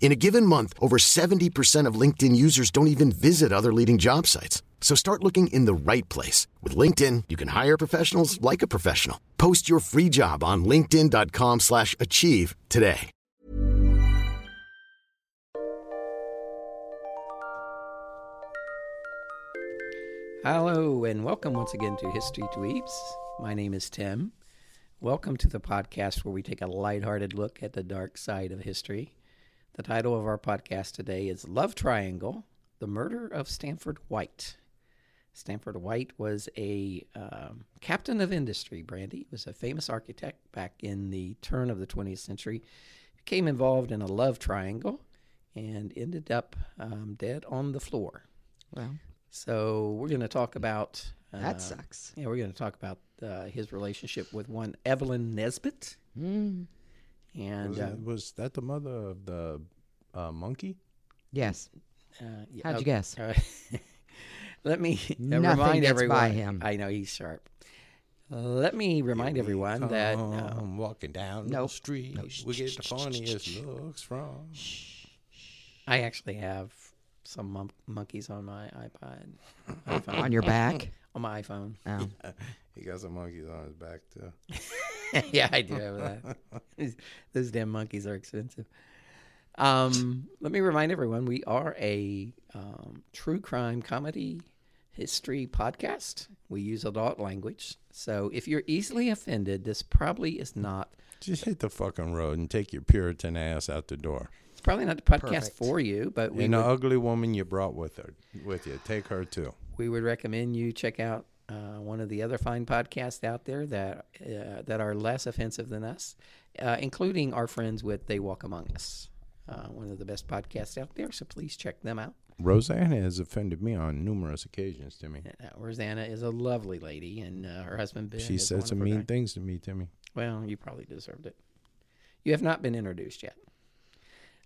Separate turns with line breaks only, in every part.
In a given month, over 70% of LinkedIn users don't even visit other leading job sites. So start looking in the right place. With LinkedIn, you can hire professionals like a professional. Post your free job on linkedin.com slash achieve today.
Hello, and welcome once again to History Dweebs. My name is Tim. Welcome to the podcast where we take a lighthearted look at the dark side of history. The title of our podcast today is Love Triangle The Murder of Stanford White. Stanford White was a um, captain of industry, Brandy. He was a famous architect back in the turn of the 20th century. Became involved in a love triangle and ended up um, dead on the floor.
Well,
So we're going to talk about. Uh,
that sucks.
Yeah, we're going to talk about uh, his relationship with one Evelyn Nesbit.
Mm.
And
Was,
uh,
it- was that the mother of the uh, monkey?
Yes.
Uh, yeah,
How'd you
okay,
guess?
all right. Let me
Nothing
remind
gets
everyone.
by him.
I know he's sharp. Let me remind everyone
Come
that uh,
walking down
Nope.
the street,
Nope.
we get the funniest looks from.
I actually have some mon- monkeys on my iPod, iPhone,
On your back.
on my iPhone.
Oh.
He got some monkeys on his back too.
yeah, I do have that. These- Those damn monkeys are expensive. Um, let me remind everyone we are a um, true crime comedy history podcast. We use adult language. So if you're easily offended, this probably is not.
Just hit the fucking road and take your Puritan ass out the door.
It's probably not the podcast
Perfect.
for you, but we
and the
would,
ugly woman you brought with her, with you, take her too.
we would recommend you check out uh, one of the other fine podcasts out there that uh, that are less offensive than us, uh, including our friends with They Walk Among Us, uh, one of the best podcasts out there. So please check them out.
Rosanna has offended me on numerous occasions, Timmy.
Uh, Rosanna is a lovely lady, and uh, her husband Ben.
she
is a
said some
wonderful
mean
guy.
things to me, Timmy.
Well, you probably deserved it. You have not been introduced yet.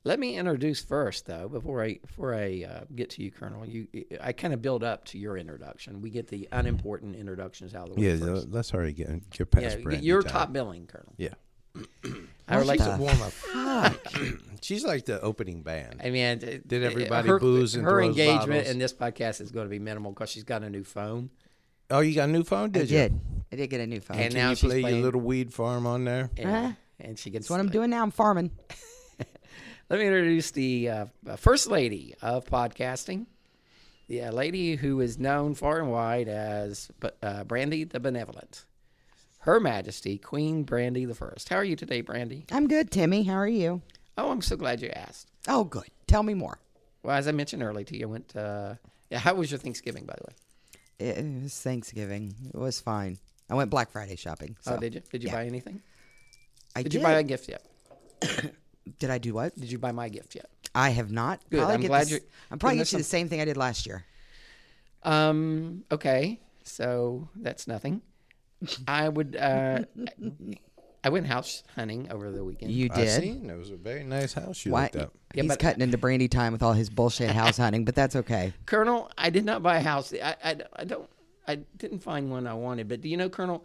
Let me introduce first, though, before I before I uh, get to you, Colonel. You, I kind of build up to your introduction. We get the unimportant introductions out of the way
Yeah,
first.
let's hurry get get past
yeah,
Brandy
you're
time.
top billing, Colonel.
Yeah,
I would like
she's a
to.
warm up. she's like the opening band.
I mean, d- d-
everybody
her,
booze and
her
throws
engagement
bottles?
in this podcast is going to be minimal because she's got a new phone.
Oh, you got a new phone? Did
I
you?
did. I did get a new phone.
And
Can
now
you
she's
play
playing-
your little weed farm on there?
And,
Ah.
and she gets
That's what I'm doing now. I'm farming.
Let me introduce the uh, first lady of podcasting, the uh, lady who is known far and wide as uh, Brandy the Benevolent, Her Majesty Queen Brandy the First. How are you today, Brandy?
I'm good, Timmy. How are you?
Oh, I'm so glad you asked.
Oh, good. Tell me more.
Well, as I mentioned earlier to you, I went. Uh, yeah, how was your Thanksgiving, by the way?
It, it was Thanksgiving. It was fine. I went Black Friday shopping. So
oh, did you? Did you
yeah.
buy anything?
I
Did
did.
you buy a gift yet?
did I do what?
Did you buy my gift yet?
I have not.
Good.
Probably
I'm
get
glad
this-
you're-
I'm probably
then
get you the
there's
same thing I did last year.
Um. Okay. So that's nothing. I would. Uh, I went house hunting over the weekend.
You
I
did.
seen. It was a very nice house you
Why?
looked up.
He's
but-
cutting into brandy time with all his bullshit house hunting, but that's okay.
Colonel, I did not buy a house. I, I, I don't. I didn't find one I wanted. But do you know, Colonel?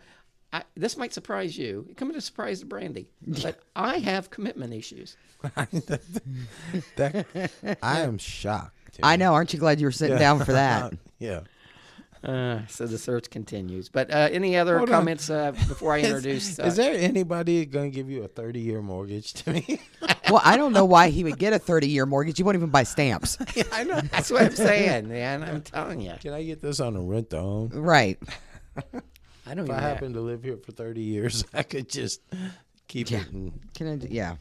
I, this might surprise you. It comes as a surprise to Brandy, but I have commitment issues.
That, I am shocked.
I know. Aren't you glad you were sitting down for that?
Yeah.
Uh, so the search continues. But uh, any other
Hold on.
comments uh, before I introduce?
Is,
Uh,
is there anybody going to give you a 30 year mortgage to me?
Well, I don't know why he would get a 30 year mortgage. You won't even buy stamps.
I know.
that's what I'm saying, man. I'm telling you.
Can I get this on a rent to own?
Right.
I don't
If
even.
I
Have,
happen to live here for 30 years, I could just keep it. And,
Can I, d- yeah.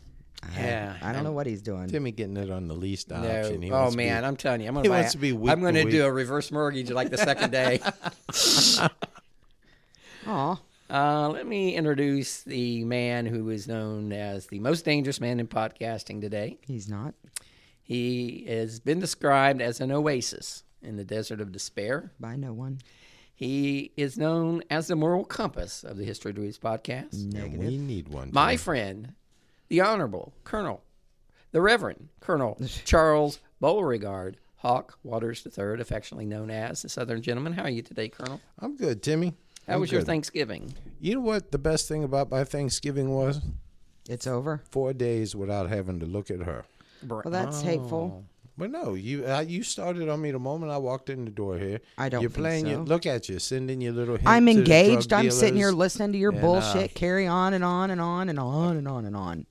Yeah,
I don't know what he's doing.
Timmy getting it on the least
No.
option. He
Oh
wants to be-
man, I'm telling you, I'm gonna
he
buy
wants
a-
to be week
I'm
to
gonna do
week.
a reverse mortgage like the second day.
Aw.
Uh, let me introduce the man who is known as the most dangerous man in podcasting today.
He's not.
He has been described as an oasis in the desert of despair.
By no one.
He is known as the moral compass of the History of Dewey's podcast.
And we need one.
My
too.
friend, the Honorable Colonel, the Reverend Colonel Charles Beauregard Hawk Waters III, affectionately known as the Southern Gentleman. How are you today, Colonel?
I'm good, Timmy.
How
I'm
was your
good.
Thanksgiving?
You know what the best thing about my Thanksgiving was?
It's over.
Four days without having to look at her.
Br-
Well, that's hateful.
But no, you uh, you started on me the moment I walked in the door here.
I don't
You're
think
playing your
so.
look at you, sending your little. hint
I'm
to the drug
engaged. I'm sitting here
dealers.
listening to your
And, uh,
bullshit carry on and on and on and on and on and on.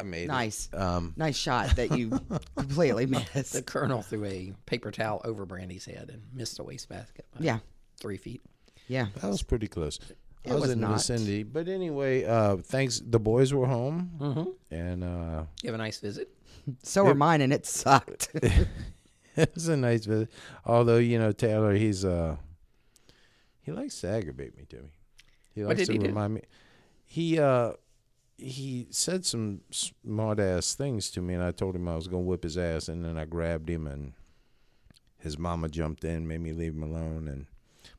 I made it.
Nice.
Um,
Nice shot that you completely missed.
The Colonel threw a paper towel over Brandy's head and missed the wastebasket. by
Yeah.
Three feet.
Yeah.
that was pretty close.
It
I was,
was
in the
not.
vicinity, but anyway, uh, thanks. The boys were home, and uh,
You have a nice visit.
So were mine, and it sucked.
it was a nice visit. Although you know Taylor, he's uh, he likes to aggravate me, Timmy. He likes
What did
to
he do?
remind me. He uh, he said some smart ass things to me, and I told him I was gonna whip his ass, and then I grabbed him, and his mama jumped in, made me leave him alone, and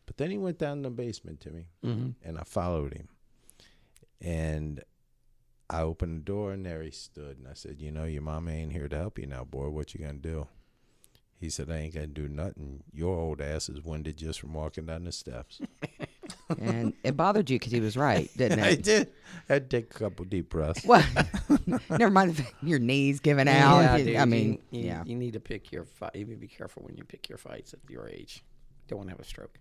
but then he went down in the basement to me,
Mm-hmm.
and I followed him, and. I opened the door and there he stood and I said, "You know, your mama ain't here to help you now, boy. What you gonna do?" He said, I ain't gonna do nothing. Your old ass is winded just from walking down the steps.
and it bothered you because he was right, didn't
I
it?
did. I had to take a couple deep breaths.
Well, never mind the fact your knees giving out.
Yeah,
You-
dude,
I
you-
mean,
you,
yeah.
You need to pick your fight. You need to be careful when you pick your fights at your age. Don't want to have a stroke.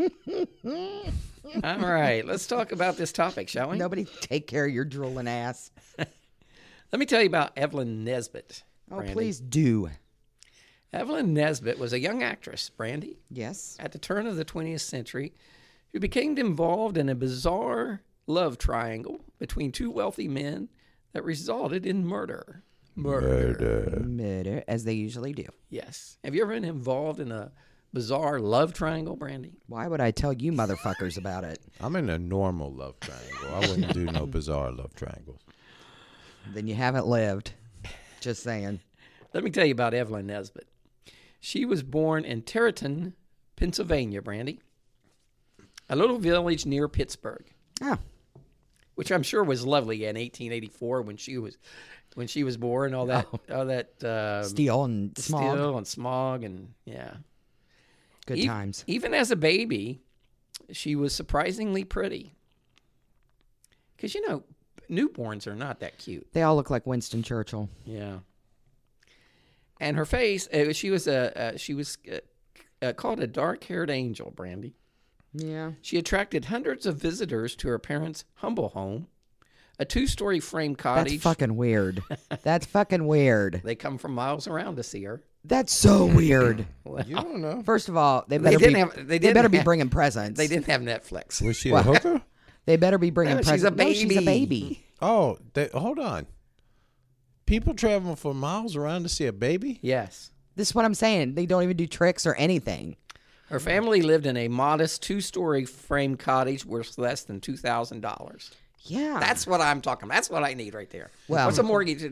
All right, let's talk about this topic, shall we?
Nobody take care of your drooling ass.
Let me tell you about Evelyn Nesbit.
Oh,
Brandy.
please do.
Evelyn Nesbit was a young actress, Brandy,
Yes.
at the turn of the 20th century who became involved in a bizarre love triangle between two wealthy men that resulted in murder.
Murder.
Murder, as they usually do.
Yes. Have you ever been involved in a bizarre love triangle, Brandy?
Why would I tell you motherfuckers about it?
I'm in a normal love triangle. I wouldn't do no bizarre love triangles.
Then you haven't lived. Just saying.
Let me tell you about Evelyn Nesbit. She was born in Territon, Pennsylvania, Brandy, a little village near Pittsburgh,
Oh,
which I'm sure was lovely in 1884 when she was when she was born. All that, all that um,
steel and smog.
steel and smog, and yeah,
Good
E-
times.
Even as a baby, she was surprisingly pretty. Because you know, newborns are not that cute.
They all look like Winston Churchill.
Yeah. And her face, uh, she was a uh, she was uh, uh, called a dark-haired angel, Brandy.
Yeah.
She attracted hundreds of visitors to her parents' humble home, a two-story frame
That's
cottage.
fucking weird. That's fucking weird.
They come from miles around to see her.
That's so weird.
You don't know.
First of all, they better
didn't
be,
have- they
they
didn't
better be
have-
bringing presents.
They didn't have Netflix.
Was she a hooker?
They better be bringing
No, she's
presents.
a
No, she's a
baby.
baby.
Oh, they, hold on. People traveling for miles around to see a baby?
Yes.
This is what I'm saying. They don't even do tricks or anything.
Her family lived in a modest two-story frame cottage worth less than two thousand dollars.
Yeah.
That's what I'm talking. about. That's what I need right there.
Ah. Well-
what's a mortgage?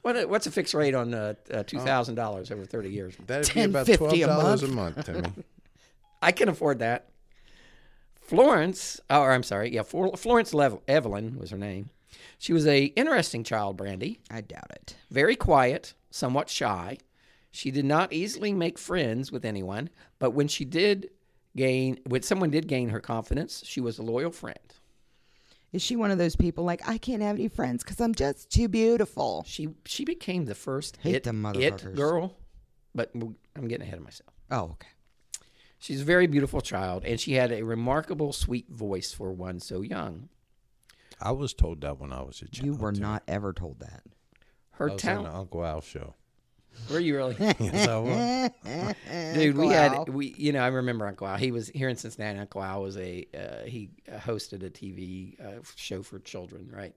What a- What's a fixed rate on uh, uh, two thousand dollars over thirty years?
That'd be about
$10.50 a
$12 a month, Timmy.
I can afford that. Florence, or I'm sorry, yeah, Flor- Florence Lev- Evelyn was her name. She was a interesting child, Brandy.
I doubt it.
Very quiet, somewhat shy. She did not easily make friends with anyone, but when she did gain, when someone did gain her confidence, she was a loyal friend.
Is she one of those people like I can't have any friends because I'm just too beautiful?
She she became the first
Hate
it,
them
it
motherfuckers.
girl, but w- I'm getting ahead of myself.
Oh, okay.
She's a very beautiful child, and she had a remarkable sweet voice for one so young.
I was told that when I was a child.
You were
Timmy.
not ever told that.
I
Her
was on the
talent.
Uncle Al show.
Were you really?
Yes, I was.
dude we
Uncle
had
Al.
we you know i remember uncle al he was here in cincinnati uncle al was a uh, he uh, hosted a tv uh, show for children right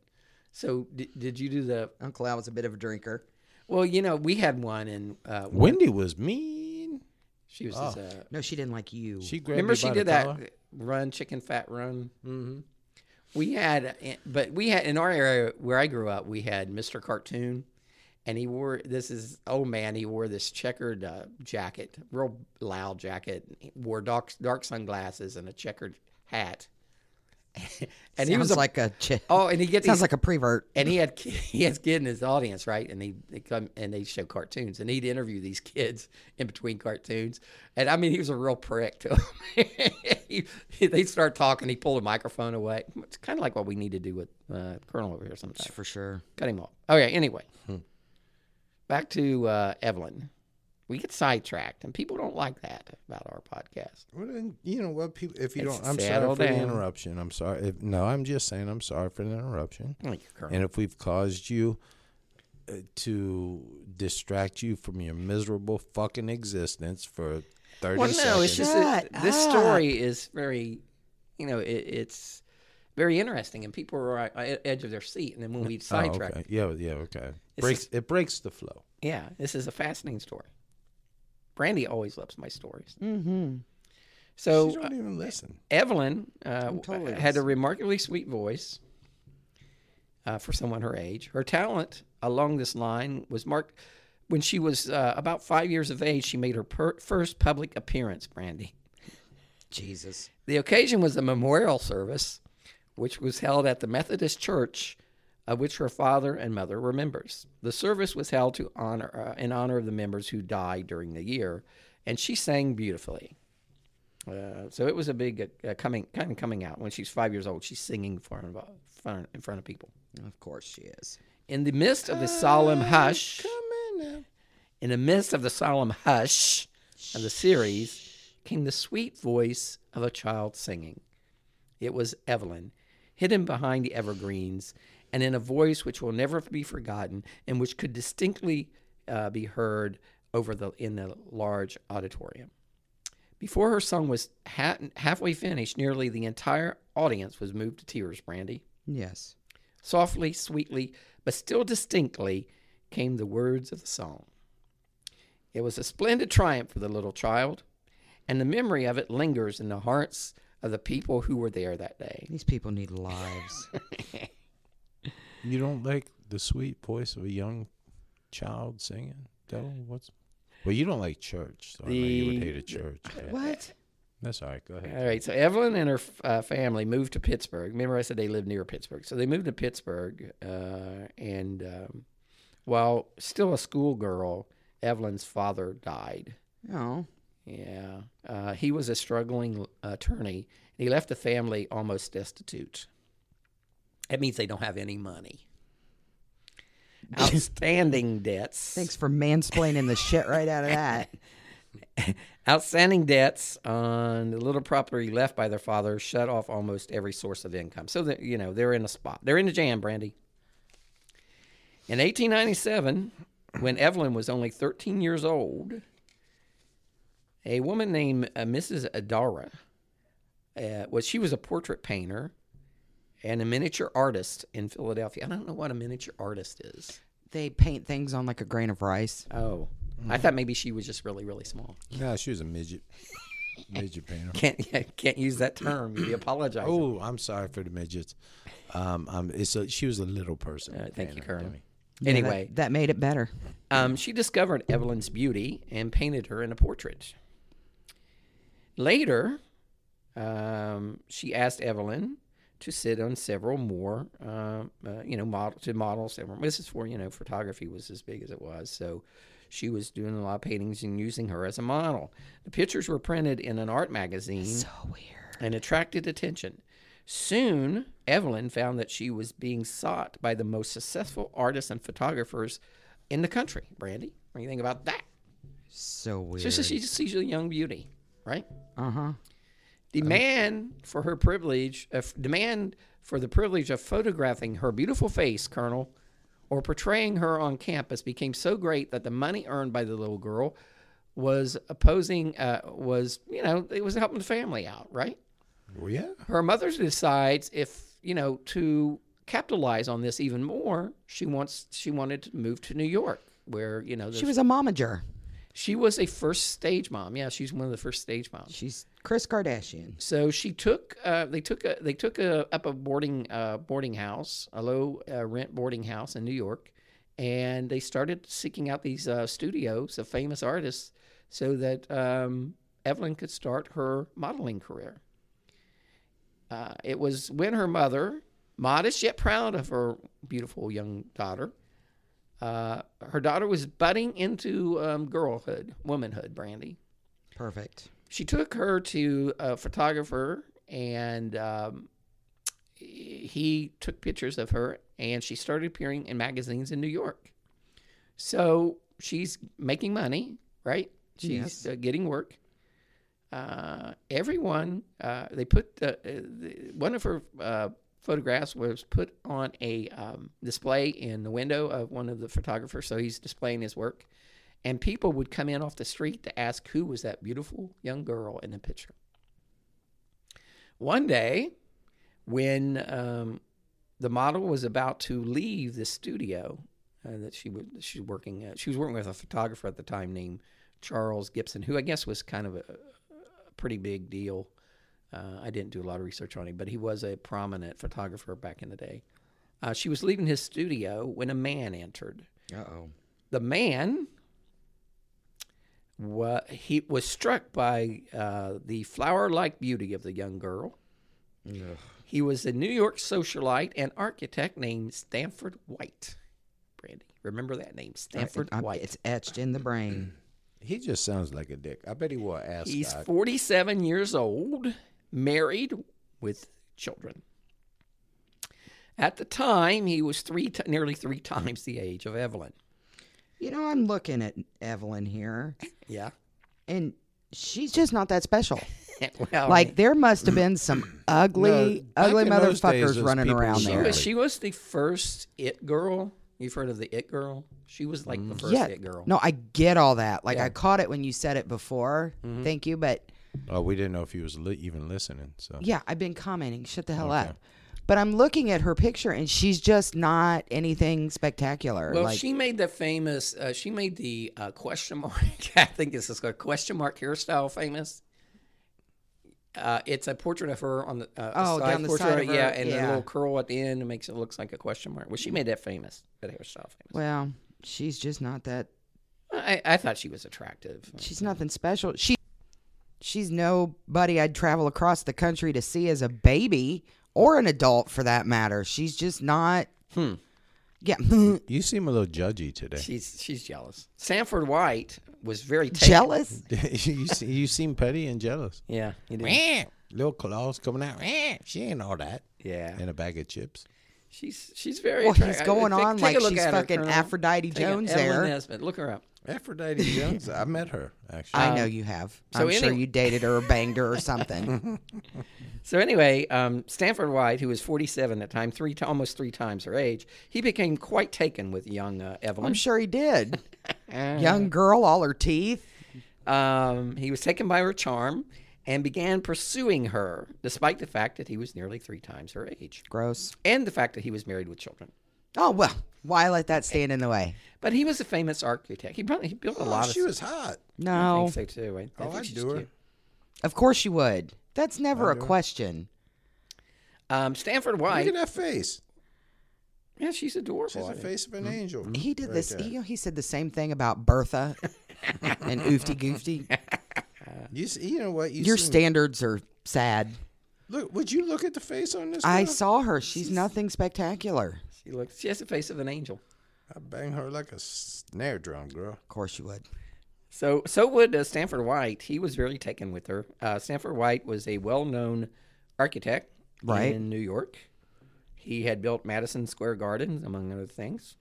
So did, did you do the?
Uncle Al was a bit of a drinker.
Well, you know, we had one, and uh,
Wendy was mean.
she was this. Uh,
No, she didn't like you.
She grabbed
remember
me
she
by
did
the
that
collar.
run, chicken fat run. Mm-hmm. We had, but we had in our area where I grew up, we had Mr. Cartoon, and he wore this is oh man, he wore this checkered uh, jacket, real loud jacket. He wore dark dark sunglasses and a checkered hat. and
sounds
he was a,
like a chi-
oh, and he gets
sounds
these
like a prevert.
and he had ki- he has kid in his audience, right? And he they come and they show cartoons, and he'd interview these kids in between cartoons. And I mean, he was a real prick to them. he, they start talking, he pulled a microphone away. It's kind of like what we need to do with uh, Colonel over here sometimes.
for sure.
Cut him off. Okay, anyway, back to uh, Evelyn. We get sidetracked, and people don't like that about our podcast.
Well, then, you know what? People, if you
It's
don't, I'm sorry
settle
for the
down.
interruption. I'm sorry. If, no, I'm just saying I'm sorry for the interruption.
Thank you, Colonel.
And if we've caused you uh, to distract you from your miserable fucking existence for 30
Well,
seconds.
no, it's just
Shut
that this
up.
story is very, you know, it, it's very interesting, and people are at the edge of their seat. And then when we
Oh,
sidetrack,
okay. Yeah, yeah, okay. Breaks,
just-
it breaks the flow.
yeah, this is a fascinating story. Brandy always loves my stories.
Mm-hmm.
So,
So uh,
she don't even listen.
Evelyn uh,
I'm totally
had a
listening.
remarkably sweet voice uh, for someone her age. Her talent along this line was marked when she was uh, about five years of age. She made her per- first public appearance. Brandy.
Jesus.
The occasion was a memorial service, which was held at the Methodist Church, of which her father and mother were members. The service was held to honor uh, in honor of the members who died during the year, and she sang beautifully. Uh, so it was a big uh, coming, kind of coming out when she's five years old. She's singing in front of front, in front of people.
Of course she is.
In the midst of the solemn hush,
Ah, Come in now.
in the midst of the solemn hush of the series came the sweet voice of a child singing. It was Evelyn, hidden behind the evergreens, and in a voice which will never be forgotten and which could distinctly uh, be heard over the in the large auditorium. Before her song was ha- halfway finished, nearly the entire audience was moved to tears. Brandy.
Yes.
Softly, sweetly, but still distinctly came the words of the song. It was a splendid triumph for the little child, and the memory of it lingers in the hearts of the people who were there that day.
These people need lives.
You don't like the sweet voice of a young child singing? Devil, what's. Well, you don't like church, so I know you would
The-
hate a church. but-
what?
That's all right. Go ahead.
All right, so Evelyn and her uh, family moved to Pittsburgh. Remember, I said they lived near Pittsburgh. So they moved to Pittsburgh, uh, and um, while still a schoolgirl, Evelyn's father died.
Oh.
Yeah. Uh, he was a struggling uh, attorney. and He left the family almost destitute. That means they don't have any money. Outstanding debts.
Thanks for mansplaining the shit right out of that.
Outstanding debts on the little property left by their father shut off almost every source of income. So that you know they're in a spot. They're in a jam, Brandy. In 1897, when Evelyn was only 13 years old, a woman named uh, Mrs. Adara, uh, was she was a portrait painter and a miniature artist in Philadelphia. I don't know what a miniature artist is.
They paint things on like a grain of rice.
Oh, I thought maybe she was just really, really small.
No, she was a midget. midget painter.
Can't yeah, can't use that term. You apologize.
Oh, I'm sorry for the midgets. Um, um, it's a, she was a little person.
Uh, thank you,
Anna,
Colonel.
Demi.
Yeah, that-
Anyway,
that, made it better.
um, she discovered Evelyn's beauty and painted her in a portrait. Later, um, she asked Evelyn to sit on several more, um uh, you know, model to model several. This is for you know, photography was as big as it was, so she was doing a lot of paintings and using her as a model. The pictures were printed in an art magazine
So Oh, weird.
and attracted attention. Soon, Evelyn found that she was being sought by the most successful artists and photographers in the country. Brandy, what do you think about that?
So weird.
Just as she sees a young beauty, right?
uh huh.
Demand for her privilege, uh, f- demand for the privilege of photographing her beautiful face, Colonel, or portraying her on campus became so great that the money earned by the little girl was opposing, uh, was, you know, it was helping the family out, right?
Well, yeah.
her mother decides if you know to capitalize on this even more, she wants she wanted to move to New York, where you know
She
there's-
was a momager.
she was a first stage mom. Yeah, she's one of the first stage moms.
She's Chris Kardashian.
So she took uh, they took a, they took a, up a boarding uh, boarding house, a low uh, rent boarding house in New York, and they started seeking out these uh, studios of famous artists so that um, Evelyn could start her modeling career. Uh, it was when her mother, modest yet proud of her beautiful young daughter, uh, her daughter was budding into um, girlhood, womanhood, Brandy
Perfect.
she took her to a photographer and um, he took pictures of her and she started appearing in magazines in new york so she's making money right she's
Yes.
uh, getting work uh, everyone uh, they put uh, uh, the, one of her uh, photographs was put on a um, display in the window of one of the photographers so he's displaying his work and people would come in off the street to ask who was that beautiful young girl in the picture. One day, when um, the model was about to leave the studio uh, that she was she was working at, she was working with a photographer at the time named Charles Gibson, who I guess was kind of a, a pretty big deal. Uh, I didn't do a lot of research on him, but he was a prominent photographer back in the day. Uh, she was leaving his studio when a man entered
Uh oh.
the man wa- he was struck by uh, the flower-like beauty of the young girl. He was a New York socialite and architect named Stanford White. Brandy, remember that name, Stanford White.
It's etched in the brain.
He just sounds like a dick. I bet he wore an ascot.
He's 47 years old, married with children. At the time, he was three ti nearly three times the age of Evelyn.
You know, I'm looking at Evelyn here,
Yeah.
and she's just not that special.
well,
Like there must have been some ugly,
No, back
ugly
in those days,
motherfuckers
those
running
people
around
were
She
there.
was, she was the first it girl. You've heard of the it girl? She was like the first
Mm. yeah,
it girl.
no, I get all that. Like
Yeah.
I caught it when you said it before.
Mm-hmm.
Thank you, but
oh, we didn't know if he was li- even listening. So
yeah, I've been commenting. Shut the hell
Okay.
up. But I'm looking at her picture, and she's just not anything spectacular.
Well,
like
she made the famous. Uh, she made the uh, question mark. I think this is a question mark hairstyle famous. Uh, it's a portrait of her on the uh, a
Oh,
side
down the
portrait,
side of her,
yeah, and a
yeah.
little curl at the end that makes it looks like a question mark. Well, she made that famous. That hairstyle famous.
well, she's just not that.
I, I thought she was attractive.
She's nothing special. She, she's nobody I'd travel across the country to see as a baby or an adult, for that matter. She's just not.
Hmm.
Yeah.
you seem a little judgy today.
She's she's jealous. Sanford White was very taken-
jealous.
you, se- you seem petty and jealous.
Yeah, you did.
Meh. Little claws coming out. Meh. She ain't all that.
Eh. yeah.
And a bag of chips.
She's she's very.
Well,
attract-
he's
I-
going
take-
on
take a
like
look
she's
at her,
fucking
Colonel.
Aphrodite
Take a-
Jones
Evelyn
there.
Nesbit. Look her up.
Aphrodite Jones. I met her actually.
I know you have.
Um, so
I'm sure
any-
you dated her or banged her or something.
So anyway, um, Stanford White, who was 47 at the time, three t- almost three times her age, he became quite taken with young uh, Evelyn.
I'm sure he did. Young girl, all her teeth.
Um, he was taken by her charm and began pursuing her, despite the fact that he was nearly three times her age
Gross.
and the fact that he was married with children.
Oh well, why let that stand in the way?
But he was a famous architect. He probably he built a
Oh,
lot
she
of.
was hot.
I
No,
think so too. I, I
Oh,
think
I'd
she's
do her.
cute.
of course you would. That's never a question.
Um, Stanford
Look
White.
at that face.
Yeah, she's adorable.
She's
I
the
think.
face of an angel.
He did
right
this.
there.
He, he said the same thing about Bertha and Oofty Goofty.
You, s- you know what? You
Your
seem-
standards are sad.
Look, would you look at the face on this?
I
girl?
saw her. She's nothing spectacular.
She looks. She has the face of an angel.
I bang her like a snare drum, girl.
Of course you would.
So, so would uh, Stanford White. He was very taken with her. Uh, Stanford White was a well-known architect
Right.
in New York. He had built Madison Square Garden, among other things.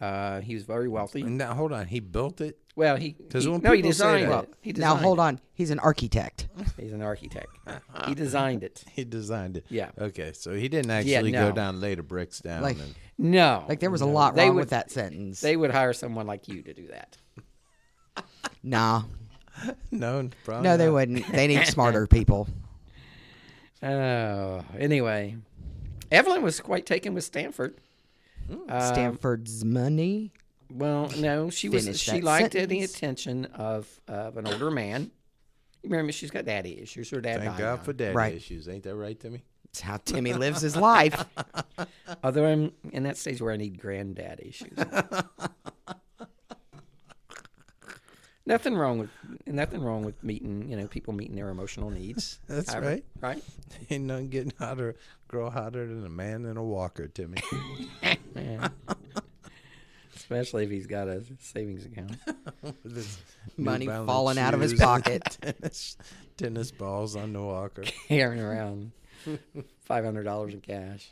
Uh, he was very wealthy.
And now hold on, he built it.
Well, he,
'Cause
he-
when
no, he
people say
designed
that-
it. He
Now
designed
hold on. He's an architect.
it. He's an architect. he designed it.
He designed it.
Yeah.
Okay, so he didn't actually
no.
go down, lay the bricks down.
Like-
and,
No,
Like there was a lot
They
wrong
would-
with that sentence.
they would hire someone like you to do that.
nah.
no,
Oh,
probably
No, they
not.
wouldn't. They need smarter people.
Oh, anyway, Evelyn was quite taken with Stanford. Um,
Stanford's money.
Well, no, she was.
Finish
She
that
liked it- the
sentence.
attention of of an older man. You remember, she's got daddy issues. Her dad
Thank
died
God
young.
for daddy
Right.
issues. Ain't that right, Timmy?
It's how Timmy lives his life.
Although I'm in that stage where I need granddad issues. nothing wrong with nothing wrong with meeting you know people meeting their emotional needs.
That's
Ira,
right.
Right.
Ain't nothing getting hotter, grow hotter than a man in a walker, Timmy.
Especially if he's got a savings account.
With his
Money
New Balance
falling out of his
shoes and
pocket.
tennis, tennis balls on the walker.
carrying around five hundred dollars in cash.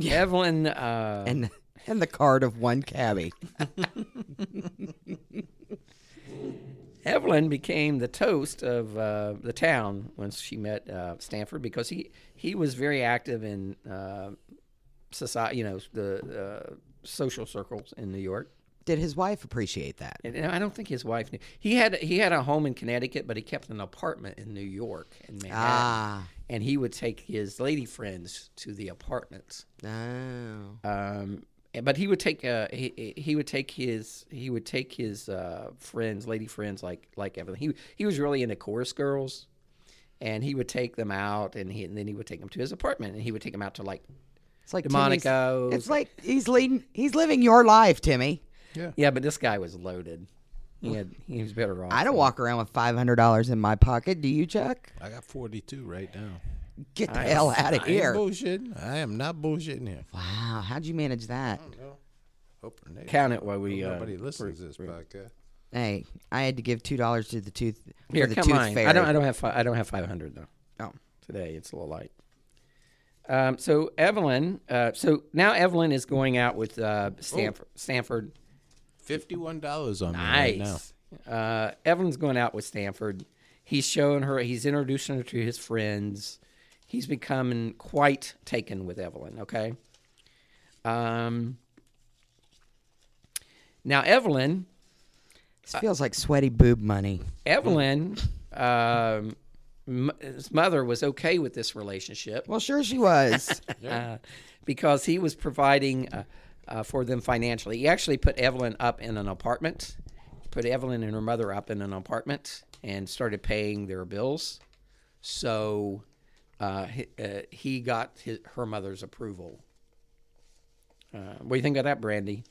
Evelyn, uh,
and and the card of one cabbie.
Evelyn became the toast of uh, the town once she met uh, Stanford because he he was very active in uh, society, you know, the uh, social circles in New York.
Did his wife appreciate that?
And I don't think his wife knew. He had he had a home in Connecticut, but he kept an apartment in New York in Manhattan.
Ah.
And he would take his lady friends to the apartments.
Oh.
um, and- but he would take uh, he he- he would take his he would take his uh, friends, lady friends like like Evelyn. He he was really into chorus girls, and he would take them out, and he and then he would take them to his apartment, and he would take them out to like
It's like
Demonico's.
Timmy's- It's like he's leading. He's living your life, Timmy.
yeah. But this guy was loaded. He had he was better off.
I don't walk around with five hundred dollars in my pocket. Do you, Chuck?
I got 42 right now.
Get the hell out of
I ain't
here!
bullshitting. I am not bullshitting here.
Wow, how'd you manage that?
Hope Renee-
Count it while we. Uh,
Oh, nobody listens to this podcast.
Hey, I had to give two dollars to the tooth
here,
for the
come
tooth
on.
fairy.
I don't. I don't have. Fi- I don't have five hundred though.
Oh.
today. It's a little light. Um, so Evelyn, uh, so now Evelyn is going out with uh,
Oh.
Stanford. Stanford.
$51 on me right now.
Nice. Uh, Evelyn's going out with Stanford. He's showing her. He's introducing her to his friends. He's becoming quite taken with Evelyn. Okay. Um. Now Evelyn,
This feels like sweaty boob money.
Evelyn, um, m- his mother was okay with this relationship.
Well, sure she was.
uh, because he was providing uh, uh, for them financially. He actually put Evelyn up in an apartment, put Evelyn and her mother up in an apartment, and started paying their bills. So uh, he, uh, he got his, her mother's approval. Uh, what do you think of that, Brandy?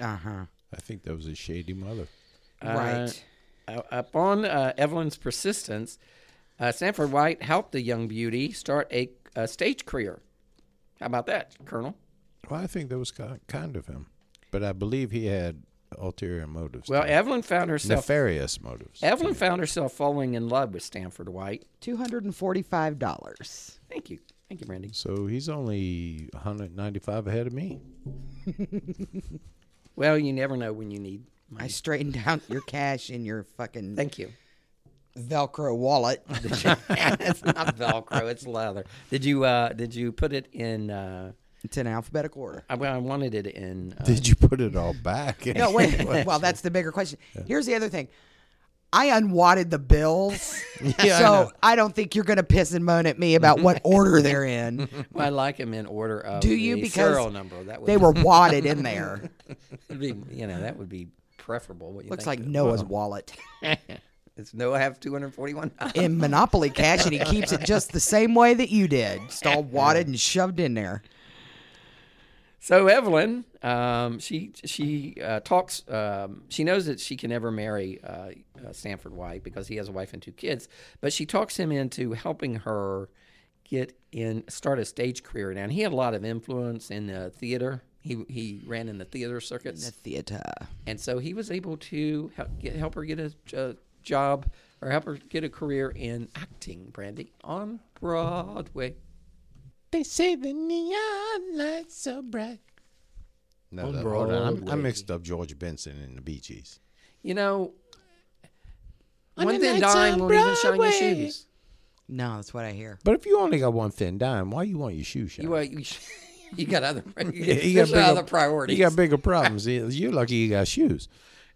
uh huh.
I think that was a shady mother.
right.
Uh, upon uh, Evelyn's persistence, uh, Sanford White helped the young beauty start a, a stage career. How about that, Colonel?
Well, I think that was ki- kind of him. But I believe he had ulterior motives.
Well,
too.
Evelyn found herself
nefarious motives.
Evelyn found herself falling in love with Stanford White.
Two hundred and forty-five dollars.
Thank you. Thank you, Brandy.
So he's only 195 ahead of me.
Well, you never know when you need.
I straightened out your cash in your fucking
Thank you.
Velcro wallet.
it's not Velcro, it's leather. Did you uh did you put it in uh
it's in alphabetical order.
I, well, I wanted it in uh,
Did you put it all back?
No, wait. well, that's the bigger question. Here's the other thing. I unwadded the bills,
I
so
know.
I, don't think you're going to piss and moan at me about what order they're in.
I like them in order of
Do you?
the
Because
serial number. That would
They
be,
were wadded in there.
be you know, that would be preferable. What you
Looks like
think?
Noah's wallet
it's no I have 241.
in Monopoly cash, and he keeps it just the same way that you did. Just all wadded and shoved in there.
So Evelyn, um, she she uh, talks. Um, she knows that she can never marry uh, uh, Stanford White because he has a wife and two kids. But she talks him into helping her get in, start a stage career. Now and he had a lot of influence in uh, theater. He he ran in the theater circuits,
The theater.
and so he was able to help, get, help her get a, a job or help her get a career in acting. Brandy on Broadway.
They say the neon lights so bright. No, that, hold on. I'm, I mixed up George Benson and the Bee Gees.
You know,
On
one
the
thin
nights
dime
on
won't even shine your
Broadway.
shoes.
No, that's what I hear.
But if you only got one thin dime, why you want your shoe shine?
You, uh, you, you got other
Yeah,
you got other priorities,
You got bigger problems. You- You're lucky you got shoes.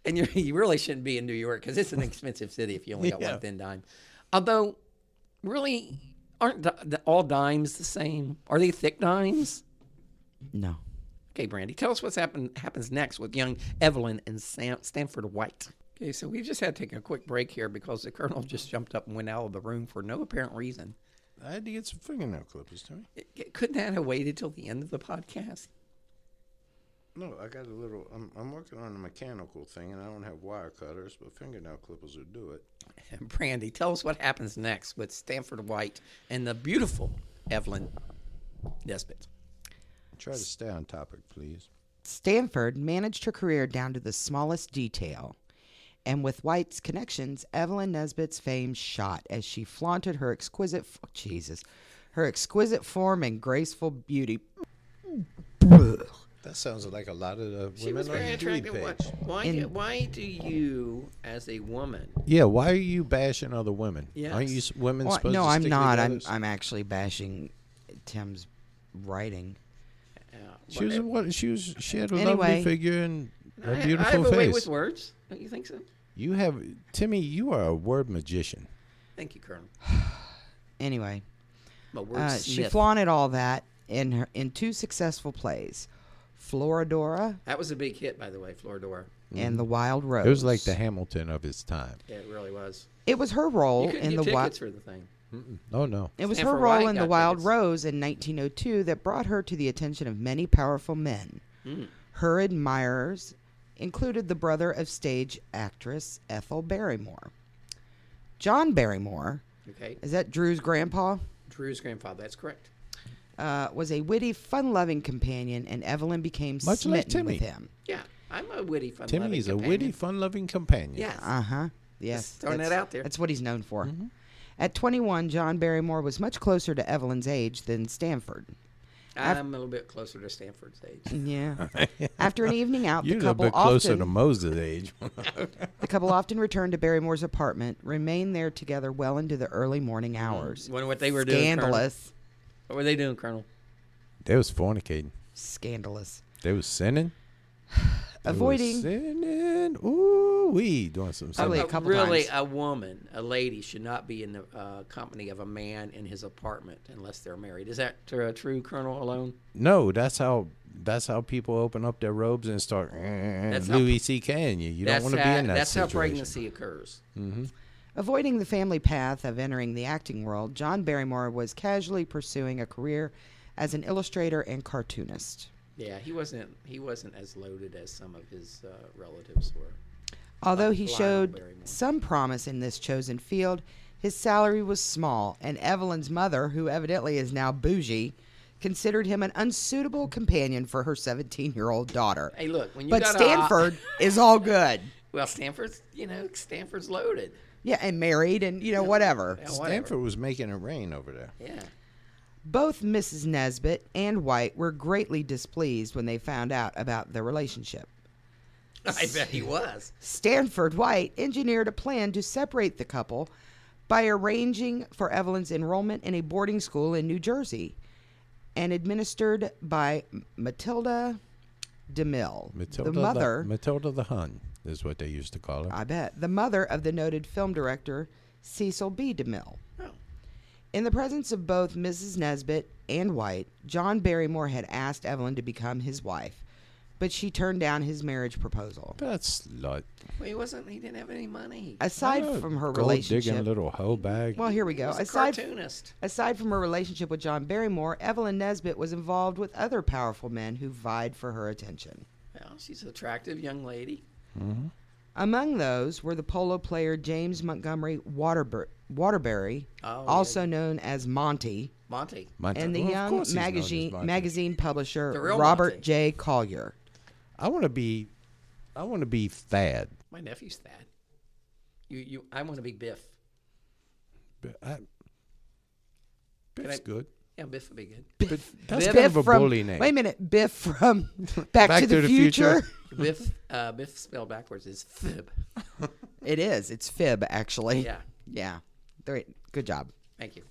and you you really shouldn't be in New York because it's an expensive city if you only got
Yeah.
one thin dime. Although, really, Aren't di- the, all dimes the same? Are they thick dimes?
No.
Okay, Brandy, tell us what's happen, happens next with young Evelyn and Sam, Stanford White. Okay, so we just had to take a quick break here because the colonel just jumped up and went out of the room for no apparent reason.
I had to get some fingernail clippers, Tony.
C- Couldn't that have waited till the end of the podcast?
No, I got a little. I'm, I'm working on a mechanical thing, and I don't have wire cutters, but fingernail clippers will do it.
Brandy, tell us what happens next with Stanford White and the beautiful Evelyn Nesbitt.
Try to stay on topic, please.
Stanford managed her career down to the smallest detail. And with White's connections, Evelyn Nesbit's fame shot as she flaunted her exquisite, f- Jesus, her exquisite form and graceful beauty.
That sounds like a lot of the
She was very
the
attractive. Why, why,
In-
do, why do you, as a woman, uh,
Yeah, why are you bashing other women? Aren't you
Yes.
s- women
Well,
supposed
no,
to
I'm
stick
not. I'm
together?
I'm actually bashing Tim's writing.
uh,
She was a, what? She was. She had a
Anyway.
lovely figure and
I-
a
I have
beautiful
a way
face.
with words. Don't you think so?
You have Timmy. You are a word magician.
Thank you, Colonel.
Anyway,
My
Uh,
words.
she flaunted all that in her in two successful plays, Floridora
that was a big hit, by the way, Floridor.
Mm-hmm.
and The Wild Rose.
It was like the Hamilton of its time.
Yeah, it really was.
It was her
You
role
couldn't
in the
get
Wild.
tickets for the thing.
Oh no.
It was her
Stanford
role
White
in The
got
Wild
tickets.
Rose in 1902 that brought her to the attention of many powerful men.
Hmm.
Her admirers included the brother of stage actress Ethel Barrymore. John Barrymore,
Okay,
is that Drew's grandpa?
Drew's grandfather. That's correct.
Uh, was a witty, fun-loving companion, and Evelyn became
Much like
smitten
Timmy.
with him.
Yeah, I'm a witty, fun.
Timmy's a witty, fun-loving companion.
Yes.
Uh huh. Yes.
throwing that
that's-
out there.
That's what he's known for.
Mm-hmm.
At 21, John Barrymore was much closer to Evelyn's age than Stanford.
I'm a little bit closer to Stanford's age.
Yeah. After an evening out,
You're
the
a little
couple
bit closer
often
to Moses' age.
the couple often returned to Barrymore's apartment, remained there together well into the early morning hours.
Hmm. Wonder what they were doing. Colonel.
Scandalous.
What were they doing, Colonel?
they was fornicating.
Scandalous.
They was sinning. They was
Avoiding
sinning. Ooh, we doing
Oh,
some
Probably
sinning.
a couple
really,
times.
a woman, a lady, should not be in the uh, company of a man in his apartment unless they're married. Is that tr- uh, true, Colonel? Alone?
No, that's how. That's how people open up their robes and start eh,
That's how-
Louis C.K. and you. You don't
that's
want to be
how,
in that
That's how
situation.
pregnancy occurs.
avoiding the family path of entering the acting world, John Barrymore was casually pursuing a career as an illustrator and cartoonist.
Yeah, he wasn't. He wasn't as loaded as some of his uh, relatives were.
Although
Like
he
Lionel
showed
Barrymore.
some promise in this chosen field, his salary was small, and Evelyn's mother, who evidently is now bougie, considered him an unsuitable companion for her 17 year old daughter.
Hey, look, when you
But
got a-
Stanford is all good.
Well, Stanford's, you know, Stanford's loaded.
Yeah, and married and, you know, whatever.
Yeah, whatever.
Stanford was making it rain over there.
Yeah.
Both Mrs. Nesbit and White were greatly displeased when they found out about their relationship.
I bet he was.
Stanford White engineered a plan to separate the couple by arranging for Evelyn's enrollment in a boarding school in New Jersey and administered by Matilda DeMille,
Matilda
the mother,
Matilda the Hun is what they used to call her.
I bet, the mother of the noted film director Cecil B. DeMille.
Oh.
In the presence of both Mrs. Nesbit and White, John Barrymore had asked Evelyn to become his wife, but she turned down his marriage proposal.
That's slut.
Well, he wasn't. He didn't have any money.
Aside
What a
from her
gold digging
relationship,
little hoe bag.
well, here we
He
go.
was a
Aside
cartoonist.
Aside from her relationship with John Barrymore, Evelyn Nesbit was involved with other powerful men who vied for her attention.
Well, she's an attractive young lady.
Among those were the polo player James Montgomery Waterbury, Waterbury
Oh, yeah.
also known as Monty,
Monty.
Monty.
and the
Well, of
young
course he's known as
magazine
Monty.
magazine publisher
The real
Robert
Monty.
J. Collier.
I want to be, I want to be Thad.
My nephew's that. You, you. I want to be Biff.
But I,
I-
Biff's good.
Yeah, Biff would be good.
But that's
Biff
kind of a
from
bully name.
wait a minute, Biff from Back, to, the, future.
Biff. Uh, Biff spelled backwards is fib.
It is. It's fib actually.
Yeah.
Yeah. Great. Good job.
Thank you.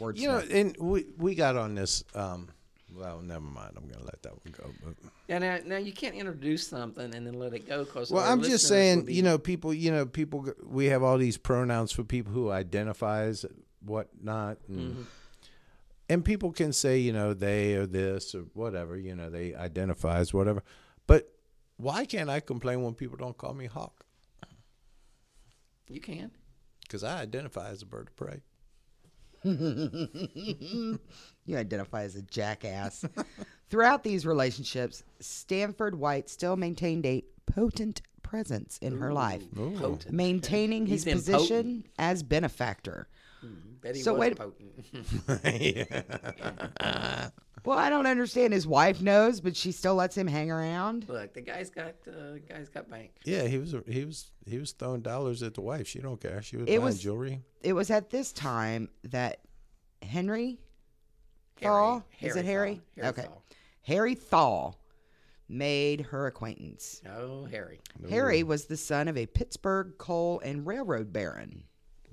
Words.
You know, and we we got on this. Um, well, never mind. I'm gonna let that one go. But.
Now, now, now you can't introduce something and then let it go because.
Well, I'm just saying, you know, people, you know,
Mm-hmm.
people. g- We have all these pronouns for people who identify as whatnot, and and people can say you know they or this or whatever you know they identify as whatever but why can't i complain when people don't call me hawk
You can.
because i identify as a bird of prey
You identify as a jackass. Throughout these relationships, Stanford White still maintained a potent presence in her life,
Potent.
maintaining his
He's been
position as benefactor.
Bet he
So
was
wait-
potent.
Well, I don't understand. His wife knows, but she still lets him hang around.
Look, the guy's got uh, guy's got bank.
yeah he was he was he was throwing dollars at the wife she don't care she was
It
buying
was-
jewelry
It was at this time that Henry
Harry-
Thaw? Is it Harry?
Thaw. Harry
okay.
Thaw.
Harry Thaw made her acquaintance.
Oh, Harry.
Harry was the son of a Pittsburgh coal and railroad baron.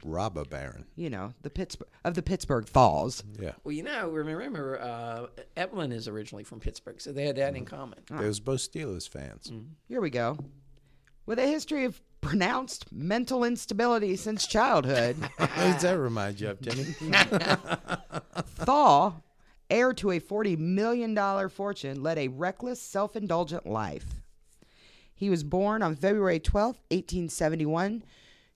rob a baron
You know, the Pittsburgh of the Pittsburgh Falls.
yeah
Well, you know, remember uh, Evelyn is originally from Pittsburgh, so they had that
Mm-hmm.
in common.
Ah.
they was both steelers fans
Here we go. With a history of pronounced mental instability since childhood,
What does that remind you of, Timmy?
Thaw, heir to a $40 million fortune, led a reckless, self indulgent life. He was born on February 12, 1871,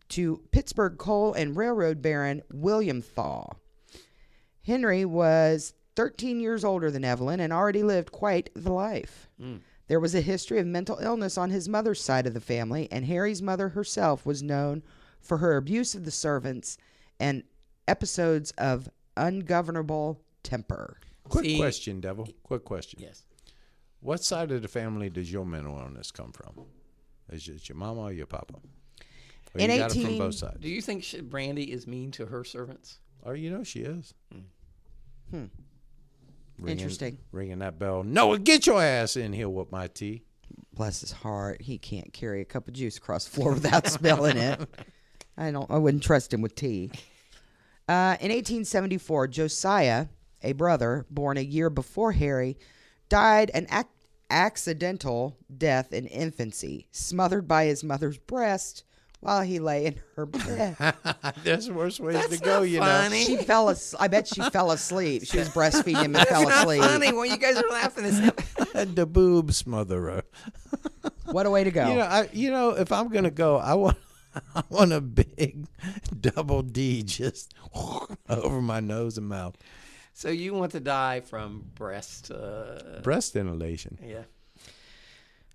to Pittsburgh coal and railroad baron William Thaw. Henry was 13 years older than Evelyn and already lived quite the life. There was a history of mental illness on his mother's side of the family, and Harry's mother herself was known for her abuse of the servants and episodes of ungovernable temper.
Quick
See-
question, Devil. Quick question.
Yes.
What side of the family does your mental illness come from? Is it your mama or your papa? Or
In
you got it
18
from both sides.
Do you think she, Brandy is mean to her servants?
Oh, you know she is. Hmm.
Interesting.
Ringing that bell. Noah, get your ass in here with my tea.
Bless his heart, he can't carry a cup of juice across the floor without spilling it. I don't. I wouldn't trust him with tea. Uh, in 1874, Josiah, a brother born a year before Harry, died an ac- accidental death in infancy, smothered by his mother's breast while he lay in her bed.
There's worse ways to go, you know.
she fell. As- I bet she fell asleep. She was breastfeeding him and fell asleep.
Well, you guys are laughing at
the boob smotherer.
What a way to go!
You know, I, you know, if I'm gonna go, I want, I want a big double D just over my nose and mouth.
So you want to die from breast? Uh,
Breast inhalation.
yeah.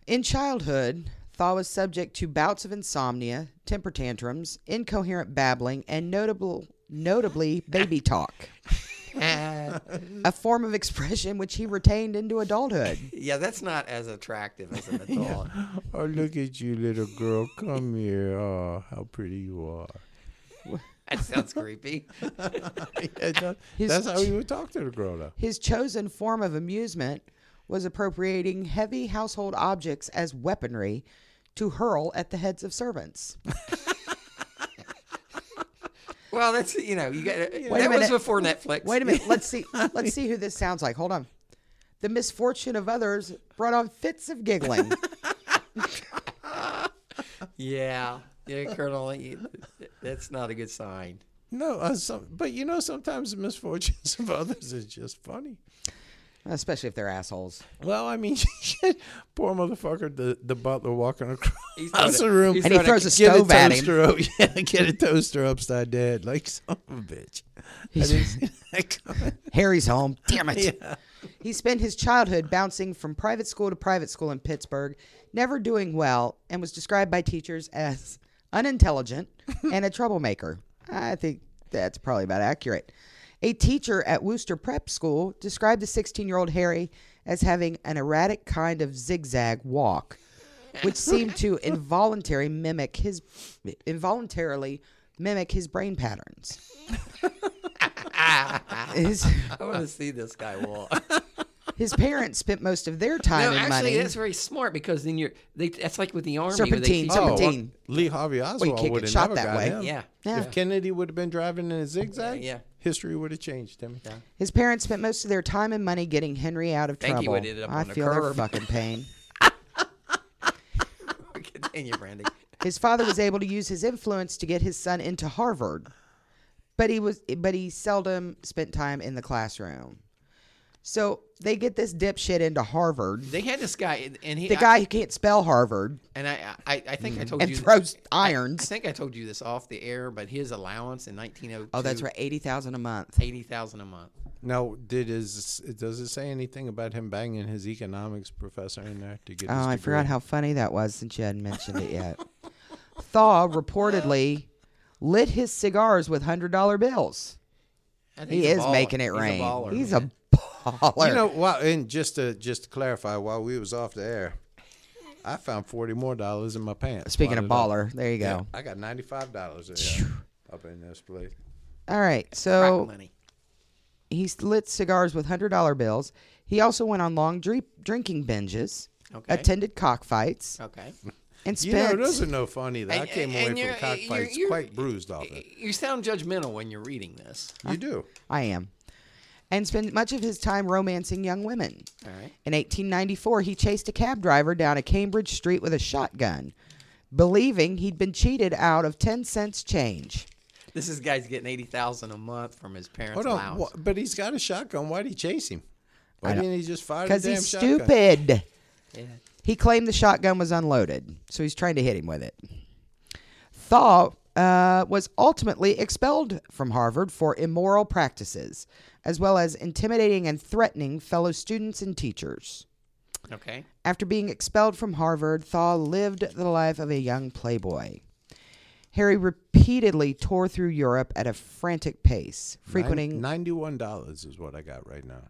In childhood, Thaw was subject to bouts of insomnia, temper tantrums, incoherent babbling, and notable, notably baby talk, a form of expression which he retained into adulthood.
Yeah, that's not as attractive as an adult.
Oh, look at you, little girl. Come here. Oh, how pretty you are.
That sounds creepy.
Yeah, that-
His
that's how
ch-
you would talk to the girl, though.
His chosen form of amusement was appropriating heavy household objects as weaponry to hurl at the heads of servants.
Well, that's you know you got that
a
was
minute.
before Netflix.
Wait a minute. Let's see. Let's see who this sounds like. Hold on. The misfortune of others brought on fits of giggling.
Yeah, yeah, Colonel. you- That's not a good sign.
No, uh, some, but you know, sometimes the misfortunes of others is just funny.
Especially if they're assholes.
Well, I mean, poor motherfucker, the, the butler walking
He's
across
throwing
the
a-
room.
he's
And he
throwing
throws a
Get
stove
a
at him.
toaster up, yeah, get a toaster upside down, like some of a bitch. I didn't see that coming.
Harry's home. Damn it. He spent his childhood bouncing from private school to private school in Pittsburgh, never doing well, and was described by teachers as unintelligent and a troublemaker. I think that's probably about accurate. A teacher at Wooster Prep School described the 16 year old Harry as having an erratic kind of zigzag walk, which seemed to involuntary mimic his involuntarily mimic his brain patterns. His-
I
Uh,
want to see this guy walk.
His parents spent most of their time
no,
and
actually,
money.
that's very smart because then you're. They, that's like with the army. where they
Serpentine,
teach-
serpentine.
Oh,
17.
Lee Harvey Oswald
can't get
would have
shot
never
that
got
way.
him.
Yeah.
Yeah.
If Kennedy would have been driving in a zigzag,
Yeah, yeah.
history would have changed, Timmy.
His parents spent most of their time and money getting Henry out of
Think
trouble.
he would end up
I
on the
feel their
curb.
fucking pain.
Continue, Brandy.
His father was able to use his influence to get his son into Harvard, but he was but he seldom spent time in the classroom. So they get this dipshit into Harvard.
They had this guy, and- and he
The guy who can't spell Harvard
and I, I, I think I told
and
you
throws
I
irons.
think I told you this off the air, but his allowance in 1902.
Oh, that's right, eighty thousand a month.
eighty thousand a month.
Now, did his does it say anything about him banging his economics professor in there to get?
Oh,
his
I forgot
degree?
how funny that was since you hadn't mentioned it yet. Thaw reportedly lit his cigars with hundred dollar bills.
I think
He
he's a
is
baller.
making it
He's a
rain.
baller,
He's
man.
a baller.
You know, well, and just to just to clarify, while we was off the air, I found forty more dollars in my pants.
Speaking of
Wound it up.
baller, there you go.
Yeah, I got ninety five dollars up in this place.
All right,
Crack
so
money.
he lit cigars with hundred dollar bills. He also went on long dre- drinking binges,
Okay.
attended cockfights,
Okay.
and
You
spent.
know, those are no funny. Though. I
And-
came
and
away
you're-
from cockfights
you're- you're-
quite bruised off it.
You sound judgmental when you're reading this.
You do.
I am, and spent much of his time romancing young women.
All right.
In 1894, he chased a cab driver down a Cambridge street with a shotgun, believing he'd been cheated out of 10 cents change.
This is guy's getting eighty thousand a month from his parents'
Hold on,
allowance.
wha- but he's got a shotgun. Why'd he chase him? Why didn't he just fire the
Because
damn
he's
shotgun?
stupid.
Yeah.
He claimed the shotgun was unloaded, so he's trying to hit him with it. Thaw uh, was ultimately expelled from Harvard for immoral practices, as well as intimidating and threatening fellow students and teachers.
Okay.
After being expelled from Harvard, Thaw lived the life of a young playboy. Harry repeatedly tore through Europe at a frantic pace, frequenting
ninety-one dollars is what I got right now.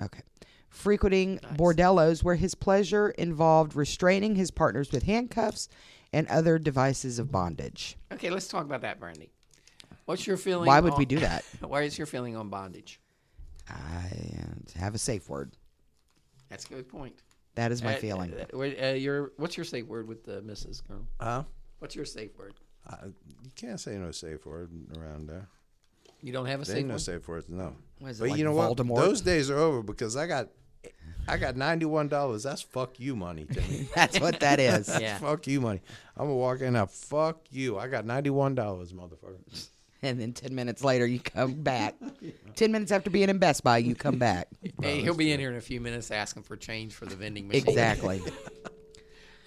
okay, frequenting bordellos where his pleasure involved restraining his partners with handcuffs and other devices of bondage.
Okay. Let's talk about that, Brandy. What's your feeling?
Why would
on-
we do that?
Why is your feeling on bondage?
I uh, have a safe word.
That's a good point.
That is my
Uh,
feeling.
uh, wait, uh, your what's your safe word with the missus, Colonel?
Huh?
What's your safe word?
I, you can't say no safe word around there.
You don't have a
There
safe
ain't no
word.
safe words. No.
What is it,
but
like
you know
Voldemort?
what? Those days are over because I got, I got ninety-one dollars. That's fuck you money to me.
That's what that is.
Yeah.
Fuck you money. I'm gonna walk in. Now, fuck you. I got ninety-one dollars, motherfucker.
And then 10 minutes later, you come back. 10 minutes after being in Best Buy, you come back.
Hey, he'll be in here in a few minutes asking for change for the vending machine.
Exactly.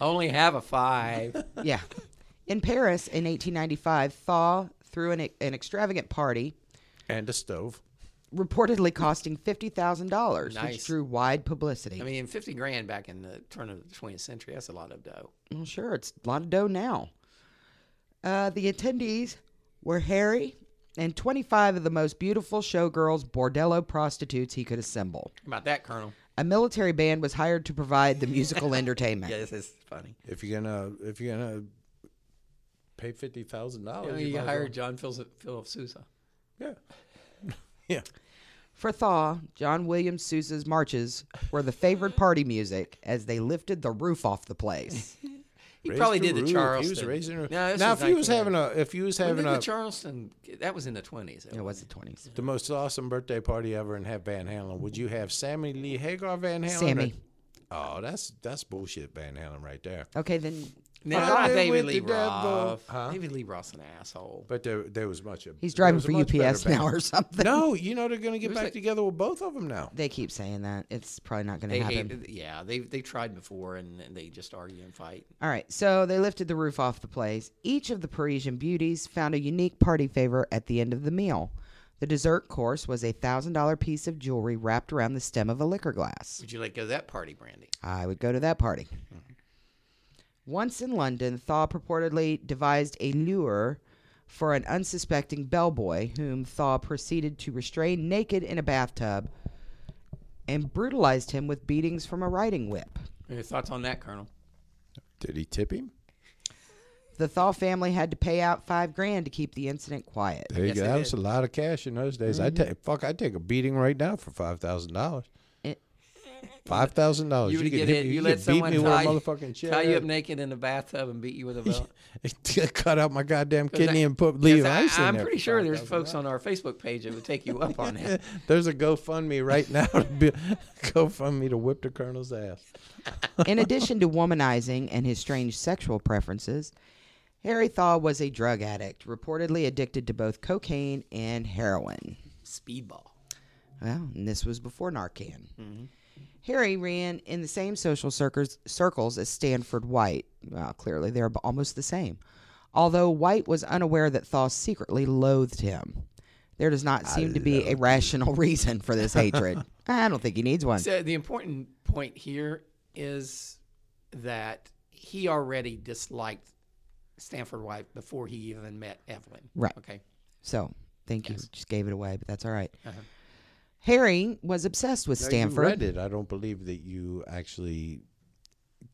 I only have a five.
yeah. In Paris in 1895, Thaw threw an, e, an extravagant party,
And a stove.
reportedly costing $50,000, which
Nice.
drew wide publicity.
I mean, fifty grand back in the turn of the twentieth century. That's a lot of dough.
well, sure, it's a lot of dough now. Uh, the attendees were Harry and 25 of the most beautiful showgirls, bordello prostitutes he could assemble.
How about that, Colonel?
A military band was hired to provide the musical entertainment.
Yeah, this is funny.
If you're gonna, if you're gonna pay fifty thousand
Oh, You, know,
dollars,
you
might as
hired John Phil- Philip Sousa.
well- Yeah. yeah.
For Thaw, John William Sousa's marches were the favored party music as they lifted the roof off the place.
He
Raised
probably
the
did the
roof.
Charleston.
He was raising. her-
No, this
now, if he was having
1900.
a, if he was
When
having
did
a,
the Charleston, that was in the twenties.
it was the 20s.
the most awesome birthday party ever, and have Van Halen, would you have Sammy Lee Hagar Van Halen? or-
Sammy.
oh, that's that's bullshit, Van Halen, right there.
Okay, then
Now,
I live
David
with
Lee
the devil.
Roth.
Huh?
David Lee Roth's an asshole.
But there, there was much. of-
he's
there
driving
was a
for
much better
UPS now
band.
or something.
No, you know they're going to get
was
back
like-
together with both of them now.
They keep saying that. It's probably not going
They
to happen.
hate, yeah, they they tried before and, and they just argue and fight.
All right, so they lifted the roof off the place. Each of the Parisian beauties found a unique party favor at the end of the meal. The dessert course was a $1,000 piece of jewelry wrapped around the stem of a liquor glass.
Would you like go to that party, Brandy?
I would go to that party. Once in London, Thaw purportedly devised a lure for an unsuspecting bellboy, whom Thaw proceeded to restrain naked in a bathtub and brutalized him with beatings from a riding whip.
Your thoughts on that, Colonel?
Did he tip him?
The Thaw family had to pay out five grand to keep the incident quiet.
There you go. That was a lot of cash in those days.
Mm-hmm.
I take fuck. I take a beating right now for five thousand dollars.
It-
Five thousand dollars.
You would get it. You, let
Oh, could beat
someone
me with a
tie,
motherfucking chair.
tie you up naked in the bathtub and beat you with a belt.
cut out my goddamn
'Cause
kidney
I-
and put leave
'cause I,
ice in
I'm
there.
pretty sure there's folks on our Facebook page that would take you up on that.
There's a GoFundMe right now to be, GoFundMe to whip the colonel's ass.
In addition to womanizing and his strange sexual preferences, Harry Thaw was a drug addict, reportedly addicted to both cocaine and heroin.
Speedball.
Well, and this was before Narcan.
Mm-hmm.
Harry ran in the same social circles, circles as Stanford White. Well, clearly they're ab- almost the same. Although White was unaware that Thaw secretly loathed him. There does not seem to be a rational reason for this hatred. I don't think he needs one.
So the important point here is that he already disliked Stanford White before he even met Evelyn.
Right.
Okay.
So, thank you. Just gave it away, but that's all right. Harry was obsessed with
Now,
Stanford.
Uh-huh. You read it. I don't believe that you actually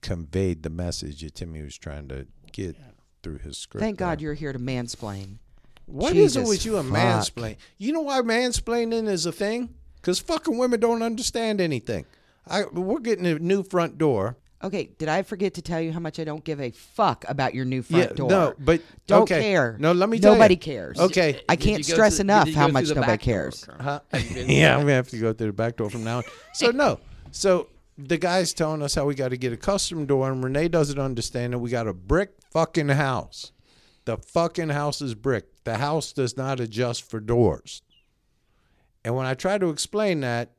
conveyed the message that Timmy was trying to get through his script.
Thank God
there.
you're here to mansplain.
What is
Jesus
it with you and
fuck.
mansplain? You know why mansplaining is a thing? Because fucking women don't understand anything. I we're getting a new front door.
Okay, did I forget to tell you how much I don't give a fuck about your new front door?
no, but
don't
okay.
care.
No, let me tell you.
Nobody cares.
Okay.
I
Did
can't
you go
stress
through-
enough
did you
how
go
much
through the
nobody
back door,
cares.
Colonel?
Huh? yeah, I'm gonna have to go through the back door from now on. So no, so the guy's telling us how we got to get a custom door, and Renee doesn't understand that we got a brick fucking house. The fucking house is brick. The house does not adjust for doors. And when I try to explain that,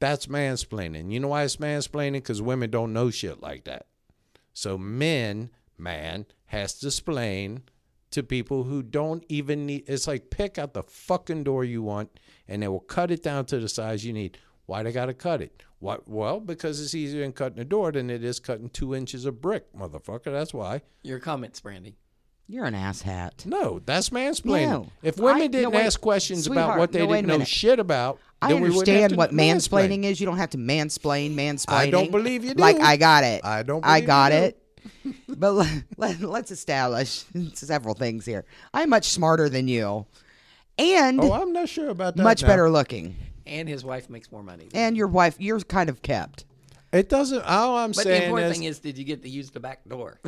that's mansplaining. You know why it's mansplaining? Because women don't know shit like that. So men, man, has to explain to people who don't even need. It's like pick out the fucking door you want, and they will cut it down to the size you need. Why they gotta cut it? Why? Well, because it's easier in cutting a door than it is cutting two inches of brick, motherfucker. That's why.
Your comments, Brandy.
You're an asshat.
No, that's mansplaining.
No.
If women
I- no,
didn't
wait.
ask questions about
Sweetheart,
what they
no, wait a
didn't know
minute.
shit about,
I
then we wouldn't have
understand
to
what
do mansplaining.
mansplaining is. You don't have to mansplain, mansplaining.
I don't believe you do.
Like I got it.
I don't
I
believe you
got
do.
it. but let, let, let's establish several things here. I'm much smarter than you, and
Oh, I'm not sure about that.
much
now.
better looking.
And his wife makes more money.
And your wife, you're kind of kept.
It doesn't. All I'm
but the
saying
important
is,
thing is, did you get to use the back door?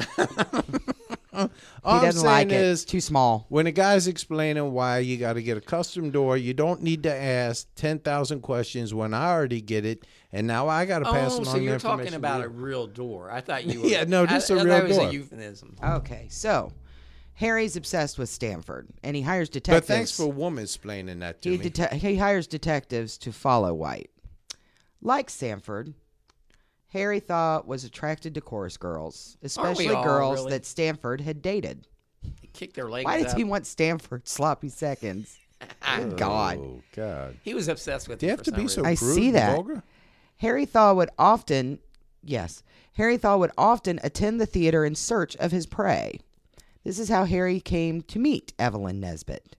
he
all I'm
doesn't
saying
like it.
is,
Too small.
When a guy's explaining why you got to get a custom door, you don't need to ask 10,000 questions when I already get it. And now I got to pass
oh,
along
so
the
you're
information
talking
to
about
you.
a real door. I thought you were.
Yeah, no,
I-
this is
I,
a
thought
real
it was
door.
a euphemism.
Okay, so Harry's obsessed with Stanford, and he hires detectives.
But thanks for woman explaining that to
he,
me.
dete- he hires detectives to follow White. Like Stanford, Harry Thaw was attracted to chorus girls, especially
all,
girls
really?
that Stanford had dated.
They kicked their legs
Why does
up.
he want Stanford sloppy seconds? Good God.
oh, God.
He was obsessed with.
Do you
it
have
for
to
some
be so
reason.
I
crude
see
and
that.
vulgar?
Harry Thaw would often, yes, Harry Thaw would often attend the theater in search of his prey. This is how Harry came to meet Evelyn Nesbit.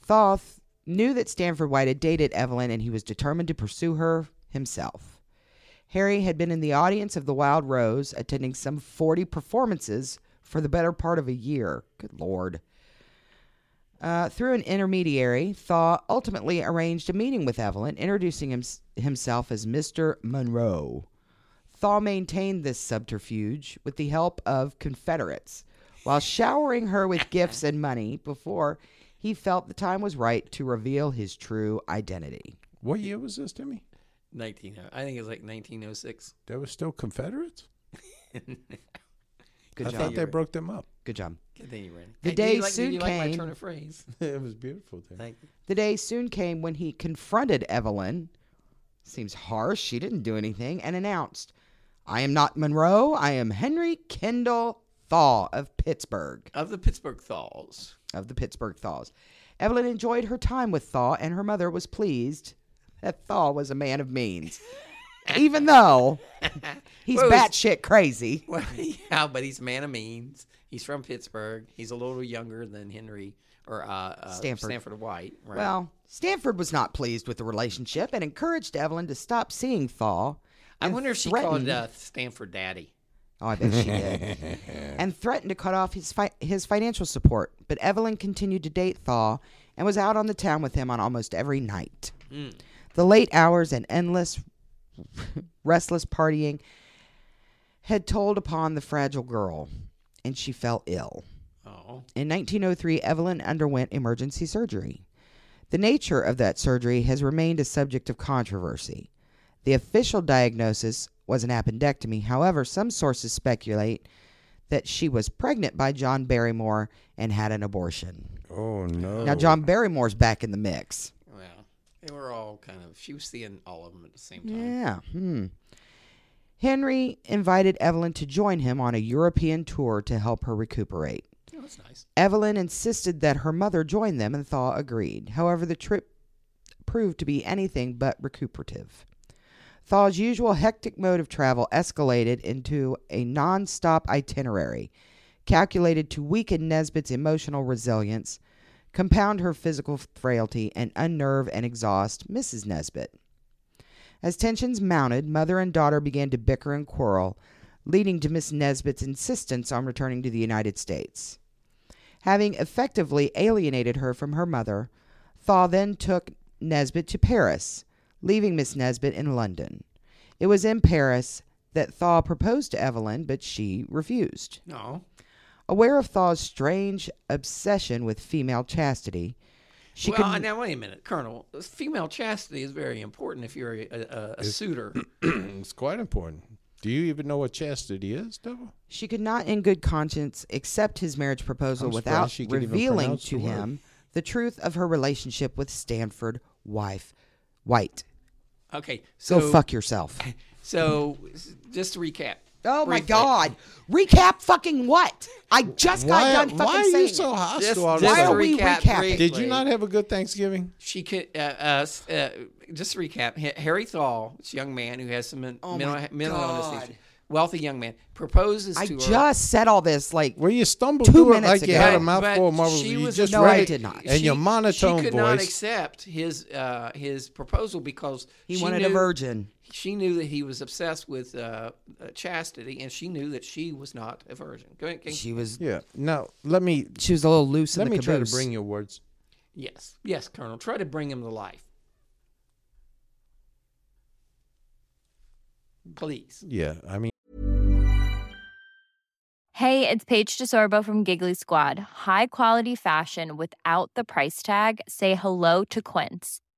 Thaw th- knew that Stanford White had dated Evelyn and he was determined to pursue her himself. Harry had been in the audience of The Wild Rose, attending some 40 performances for the better part of a year. Good Lord. Uh, through an intermediary, Thaw ultimately arranged a meeting with Evelyn, introducing him, himself as Mr. Monroe. Thaw maintained this subterfuge with the help of Confederates while showering her with gifts and money before he felt the time was right to reveal his true identity.
What year was this, Timmy?
19. oh, I think it was like 1906.
There was still Confederates?
Good
I
job.
thought they broke them up.
Good job.
Continue, Randy.
The
Hey, do you
day
like, do
soon
you Like my
came-
turn of phrase.
it was beautiful. Timmy.
Thank you.
The day soon came when he confronted Evelyn. Seems harsh. She didn't do anything and announced, I am not Monroe. I am Henry Kendall Thaw of Pittsburgh,
Of the Pittsburgh Thaws.
of the Pittsburgh Thaws. Evelyn enjoyed her time with Thaw, and her mother was pleased that Thaw was a man of means, even though he's
Well, it's-
batshit crazy.
Well, yeah, but he's a man of means. He's from Pittsburgh. He's a little younger than Henry or uh, uh,
Stanford.
Stanford White. Right?
Well, Stanford was not pleased with the relationship and encouraged Evelyn to stop seeing Thaw.
I
and
wonder if she
threatened-
called uh, Stanford Daddy.
Oh, I bet she did. and threatened to cut off his fi- his financial support. But Evelyn continued to date Thaw and was out on the town with him on almost every night. The late hours and endless, restless partying had told upon the fragile girl, and she fell ill.
Oh,
In 1903, Evelyn underwent emergency surgery. The nature of that surgery has remained a subject of controversy. The official diagnosis was an appendectomy. However, some sources speculate that she was pregnant by John Barrymore and had an abortion.
Oh no.
Now, John Barrymore's back in the mix.
Well, they were all kind of. She was seeing all of them at the same time.
Yeah. Hmm. Henry invited Evelyn to join him on a European tour to help her recuperate.
Yeah, that's nice.
Evelyn insisted that her mother join them, and Thaw agreed. However, the trip proved to be anything but recuperative. Thaw's usual hectic mode of travel escalated into a nonstop itinerary, calculated to weaken Nesbitt's emotional resilience, compound her physical frailty, and unnerve and exhaust Mrs. Nesbitt. As tensions mounted, mother and daughter began to bicker and quarrel, leading to Miss Nesbitt's insistence on returning to the United States. Having effectively alienated her from her mother, Thaw then took Nesbitt to Paris, leaving Miss Nesbitt in London. It was in Paris that Thaw proposed to Evelyn, but she refused.
No,
Aware of Thaw's strange obsession with female chastity, she
well,
could
now wait a minute, Colonel. Female chastity is very important if you're a, a, a suitor.
It's quite important. Do you even know what chastity is, Devil?
She could not, in good conscience, accept his marriage proposal
I'm surprised
without
she could even
revealing
pronounce
to
the word.
him the truth of her relationship with Stanford wife White.
Okay, so
Go fuck yourself.
So s- just to recap.
Oh my
Briefly.
God! Recap fucking what? I just
Why-
got done fucking
why are you
saying.
so hostile
Just,
all of a
just
Why
sudden?
are we
recap
recapping?
briefly.
Did you not have a good Thanksgiving?
She could. Uh, uh, s- uh, just to recap. Ha- Harry Thall, this young man who has some men- mental,
my
mental illness
God.
issues, wealthy young man, proposes
I
to her.
just said all this like
Well, you stumbled
Two
through it
minutes
like you
ago.
had a
But-
mouthful of
but
marbles.
she
You
was
just
No, I
read it,
did not.
And your
she-
monotone
She could not
voice.
accept his uh, his proposal because
he
she
wanted
knew,
a virgin.
She knew that he was obsessed with uh, uh, chastity, and she knew that she was not a virgin. Go ahead, can-
She was
Yeah. Now let me
she was a little loose in
let
the
me try to
caboose.
bring your words.
yes, yes, Colonel. Try to bring him to life, please.
Yeah. I mean,
Hey, it's Paige DeSorbo from Giggly Squad. High quality fashion without the price tag. Say hello to Quince.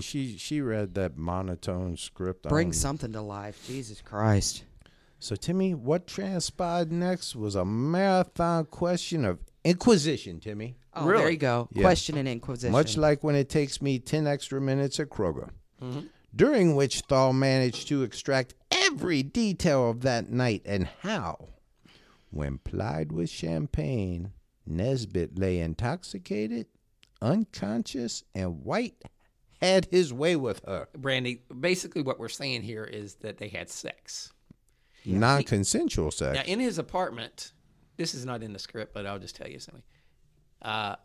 she she read that monotone script. I
Bring
don't-
something to life, Jesus Christ.
So, Timmy, what transpired next was a marathon question of inquisition, Timmy.
Oh, there you go.
Yeah.
Question and inquisition.
Much like when it takes me 10 extra minutes at Kroger, during which Thal managed to extract every detail of that night and how, when plied with champagne, Nesbit lay intoxicated, unconscious, and White had his way with her.
Brandy, basically what we're saying here is that they had sex.
Non consensual sex.
Now, in his apartment, this is not in the script, but I'll just tell you something. Uh,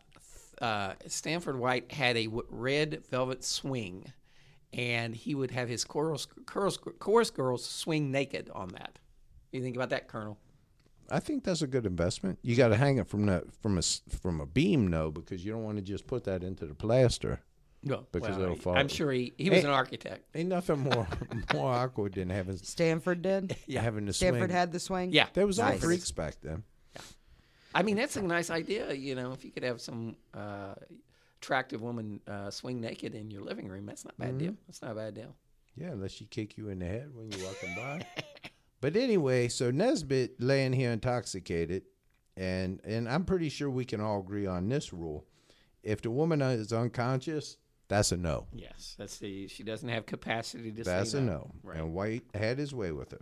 uh, Stanford White had a w- red velvet swing, and he would have his chorus, chorus, chorus girls swing naked on that. You think about that, Colonel?
I think that's a good investment. You got to hang it from the from a s- from a beam, though, because you don't want to just put that into the plaster.
No,
Because
well,
it'll fall-
I'm sure he, he was
Eh.
an architect.
Ain't nothing more more awkward than having
Stanford did.
having to swing.
Stanford had the swing.
Yeah.
there was all
Nice.
freaks back then.
I mean, that's a nice idea. You know, if you could have some uh, attractive woman uh, swing naked in your living room, that's not a bad deal. That's not a bad deal.
Yeah, unless she kick you in the head when you're walking by. but anyway, so Nesbitt laying here intoxicated, and and I'm pretty sure we can all agree on this rule: if the woman is unconscious, that's a no.
Yes, that's the. She doesn't have capacity to.
That's
say
a
no.
no.
Right.
And White had his way with her.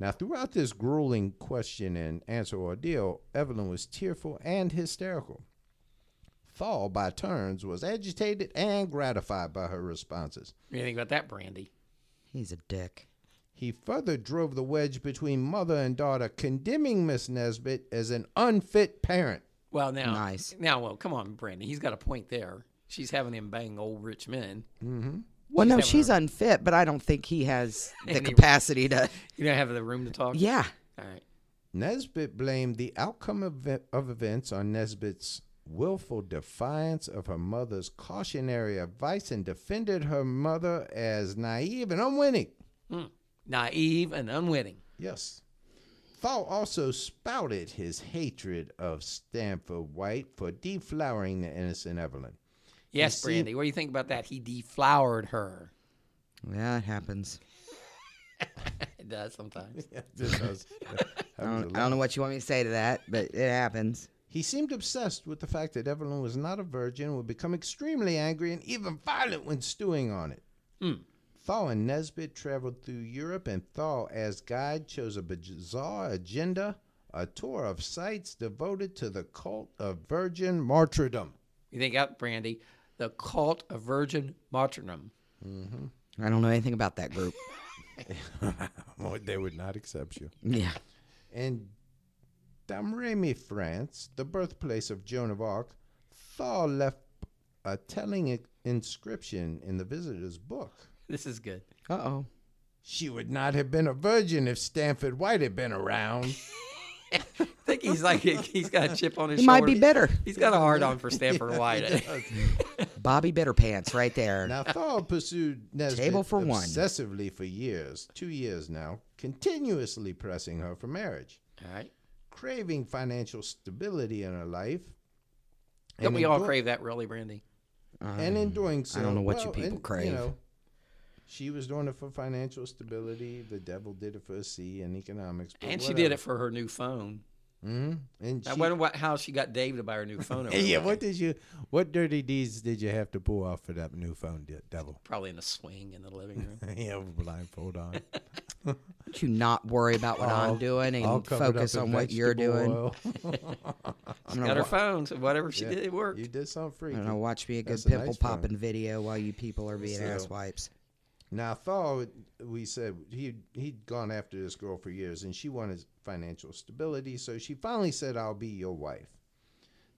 Now, throughout this grueling question and answer ordeal, Evelyn was tearful and hysterical. Fall, by turns, was agitated and gratified by her responses.
You think about that, Brandy?
He's a dick.
He further drove the wedge between mother and daughter, condemning Miss Nesbit as an unfit parent.
Well, now,
Nice.
Now, well, come on, Brandy. He's got a point there. She's having him bang old rich men.
Well, no,
having
she's
her-
unfit, but I don't think he has the
Any-
capacity to.
You don't have the room to talk.
Yeah.
All right.
Nesbit blamed the outcome of, ev- of events on Nesbit's willful defiance of her mother's cautionary advice and defended her mother as naive and unwitting.
Hmm. Naive and unwitting.
Yes. Thaw also spouted his hatred of Stanford White for deflowering the innocent Evelyn.
Yes,
see-
Brandy. What do you think about that? He deflowered her.
Yeah, it happens.
It does sometimes.
I don't, I don't know what you want me to say to that, but it happens.
He seemed obsessed with the fact that Evelyn was not a virgin and would become extremely angry and even violent when stewing on it. Thaw and Nesbit traveled through Europe, and Thaw, as guide, chose a bizarre agenda a tour of sites devoted to the cult of virgin martyrdom.
you think out, Brandy? The cult of virgin martyrdom.
I don't know anything about that group.
they would not accept you.
yeah.
In Damremy, France, the birthplace of Joan of Arc, Thaw left a telling in- inscription in the visitor's book.
This is good.
Uh oh.
She would not have been a virgin if Stanford White had been around.
I think he's like he's got a chip on his
He
shoulder.
might be bitter.
He's got a hard on for Stanford White.
Bobby Bitterpants right there.
now, Thal pursued Nesbitt
Table for one.
obsessively for years, two years now, continuously pressing her for marriage,
All right.
craving financial stability in her life.
Don't
and
we
in
all
do-
crave that, really, Brandy?
And in doing so,
Uh, I don't know what you
well,
people
and,
crave.
You know, she was doing it for financial stability. The devil did it for a C in economics. but
And she did
whatever.
it for her new phone.
Mhm. And
I
she-
wonder what, how she got Dave to buy her new phone. over
yeah,
there.
what did you? What dirty deeds did you have to pull off for that new phone, de- devil?
Probably in a swing in the living room.
yeah, with blindfold on.
Don't you not worry about what I'm doing
All
and
covered up
focus
in
on what you're
vegetable
doing.
oil.
I'm
got
gonna,
her
wa-
phone, so whatever she
Yeah,
did, it worked.
You did something
I'm
freaky.
gonna watch me a good
That's a nice
pimple
phone.
popping video while you people are being asswipes.
Now, Thaw, we said he he'd gone after this girl for years, and she wanted financial stability, so she finally said, "I'll be your wife."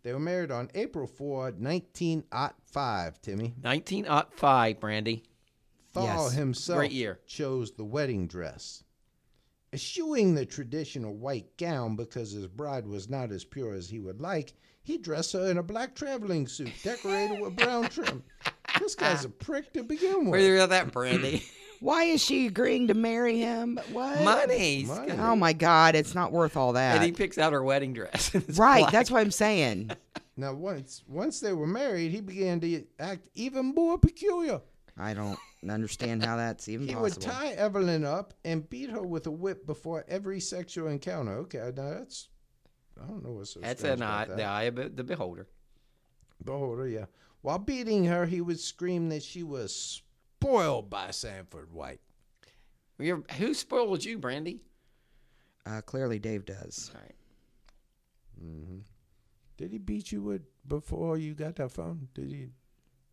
They were married on April 4, 1905, Timmy.
1905, Brandy.
Thaw
Yes.
himself
Great year.
chose the wedding dress, eschewing the traditional white gown because his bride was not as pure as he would like. He dressed her in a black traveling suit decorated with brown trim. This guy's a prick to begin
Where you
with.
got that, Brandy?
Why is she agreeing to marry him? What?
Money. He's
Money.
got-
Oh my God, it's not worth all
And
that.
he picks out her wedding dress. It's
Right,
black.
that's what I'm saying.
Now, once once they were married, he began to act even more peculiar.
I don't understand how that's even
He would
possible.
tie Evelyn up and beat her with a whip before every sexual encounter. Okay, now that's I don't know what's so
That's
strange
an
about
eye,
that.
the eye of the beholder.
Beholder, yeah. While beating her, he would scream that she was spoiled by Sanford White.
You're, who spoiled you, Brandy?
Uh, clearly, Dave does.
All right.
Did he beat you with before you got that phone? Did he?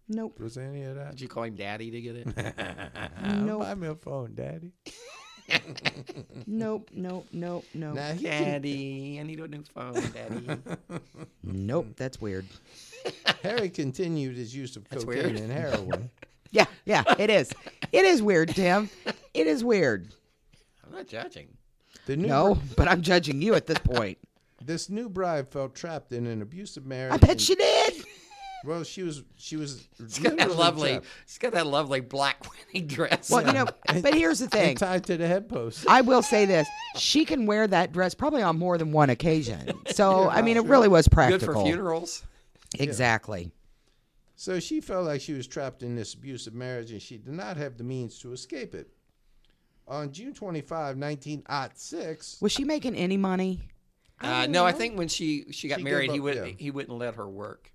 Nope.
Was there any of that?
Did you call him daddy to get it?
Buy me a phone, Daddy.
Nope. Nope. Nope. Nope.
Now he can-
daddy, I need a new phone, daddy.
Nope. That's weird.
Harry continued his use of
That's
cocaine
weird.
and heroin.
Yeah. Yeah. It is. It is weird, Tim. It is weird.
I'm not judging.
The new
No, but I'm judging you at this point.
This new bride felt trapped in an abusive marriage.
I bet
and
she did.
Well, she was she was
She's got that lovely. She's got that lovely black wedding dress.
Well, you know, but here's the thing.
tied to the head post.
I will say this: she can wear that dress probably on more than one occasion. So I mean, it really was
good
practical.
for funerals.
Exactly.
So she felt like she was trapped in this abusive marriage and she did not have the means to escape it. On June oh 25, 1906,
Was she making any money?
Uh, no, I think when she she got
Oh. She
married,
gave
he
up,
would
yeah.
he wouldn't let her work.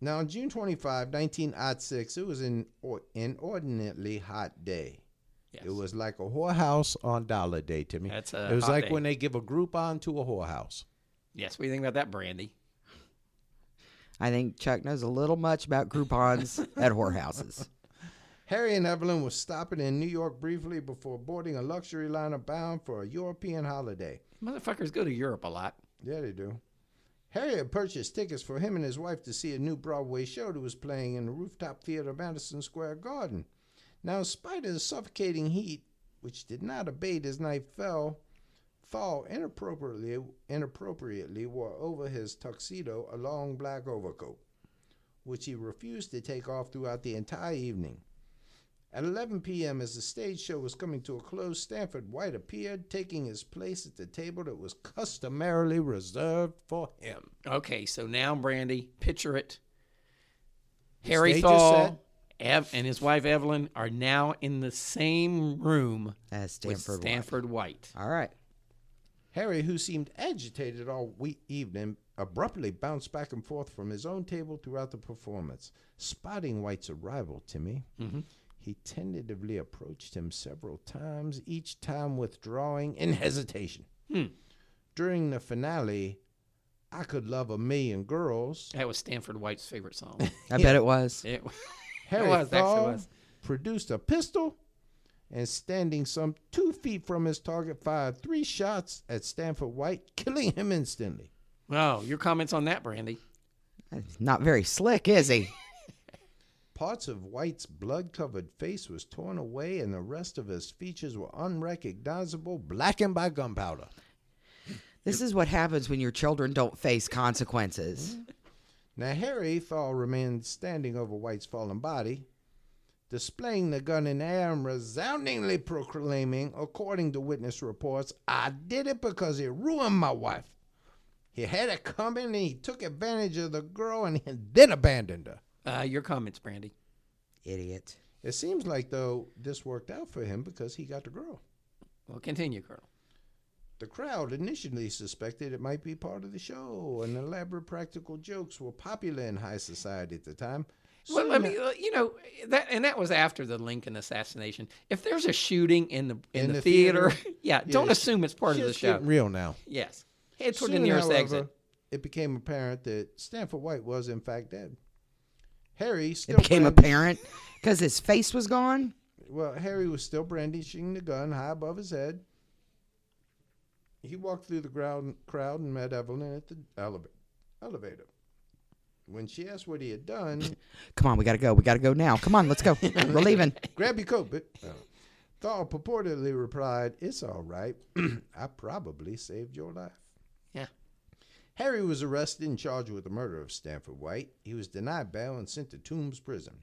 Now, on June 25, 1906, it was an or- inordinately hot day.
Yes.
It was like a whorehouse on Dollar Day, Timmy.
That's a
it was
hot
like
day.
when they give a Groupon to a whorehouse.
Yes, what do you think about that, Brandy?
I think Chuck knows a little much about Groupons at whorehouses.
Harry and Evelyn were stopping in New York briefly before boarding a luxury liner bound for a European holiday.
Motherfuckers go to Europe a lot.
Yeah, they do. Harry had purchased tickets for him and his wife to see a new Broadway show that was playing in the rooftop theater of Madison Square Garden. Now, in spite of the suffocating heat, which did not abate as night fell, Fall inappropriately inappropriately wore over his tuxedo a long black overcoat, which he refused to take off throughout the entire evening. At 11 p.m., as the stage show was coming to a close, Stanford White appeared, taking his place at the table that was customarily reserved for him.
Okay, so now Brandy, picture it. Harry
stage is
Thal
set.
Ev- and his wife Evelyn are now in the same room
As
with
Stanford. White.
Stanford White.
All right.
Harry, who seemed agitated all week evening, abruptly bounced back and forth from his own table throughout the performance. Spotting White's arrival, Timmy,
Mm-hmm.
he tentatively approached him several times, each time withdrawing in hesitation.
Hmm,
During the finale, I Could Love a Million Girls,
That was Stanford White's favorite song.
I bet it was.
it, wa-
Harry
it was
Thal
actually was.
produced a pistol and standing some two feet from his target fired three shots at Stanford White, killing him instantly.
Oh, your comments on that, Brandy?
Not very slick, is he?
Parts of White's blood covered face was torn away, and the rest of his features were unrecognizable, blackened by gunpowder.
This is what happens when your children don't face consequences.
Now, Harry Thal remained standing over White's fallen body, displaying the gun in the air and resoundingly proclaiming, according to witness reports, I did it because it ruined my wife. He had it coming and he took advantage of the girl and then abandoned her.
Uh, your comments, Brandy.
Idiot.
It seems like, though, this worked out for him because he got the girl.
Well, continue, Colonel.
The crowd initially suspected it might be part of the show, and elaborate practical jokes were popular in high society at the time.
Well, let
Soon
me, uh, you know, that and that was after the Lincoln assassination. If there's a shooting in the in, the, theater, yeah,
Yeah,
don't
it's-
assume it's part of the
shit's
show.
getting real now.
yes, head toward the
Soon,
nearest
however,
exit.
It became apparent that Stanford White was in fact dead. Harry still
It became
brand-
apparent because his face was gone.
Well, Harry was still brandishing the gun high above his head. He walked through the ground, crowd and met Evelyn at the eleva- elevator. When she asked what he had done,
Come on, we gotta go. We gotta go now. Come on, let's go. We're leaving.
grab your coat, but Thal purportedly replied, "It's all right. I probably saved your life."
Yeah.
Harry was arrested and charged with the murder of Stanford White. He was denied bail and sent to Toombs Prison.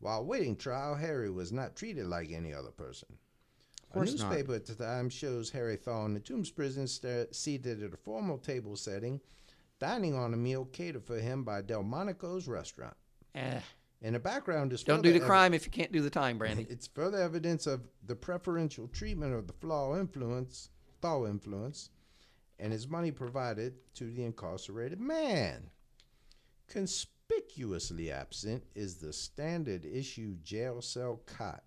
While waiting trial, Harry was not treated like any other person. A
course not.
newspaper at the time shows Harry Thal in the Toombs Prison sta- seated at a formal table setting, dining on a meal catered for him by Delmonico's restaurant.
Eh,
In the background is
don't do
further
the
ev-
crime if you can't do the time, Brandy.
it's further evidence of the preferential treatment of the flaw influence, thaw influence, and his money provided to the incarcerated man. Conspicuously absent is the standard issue jail cell cot.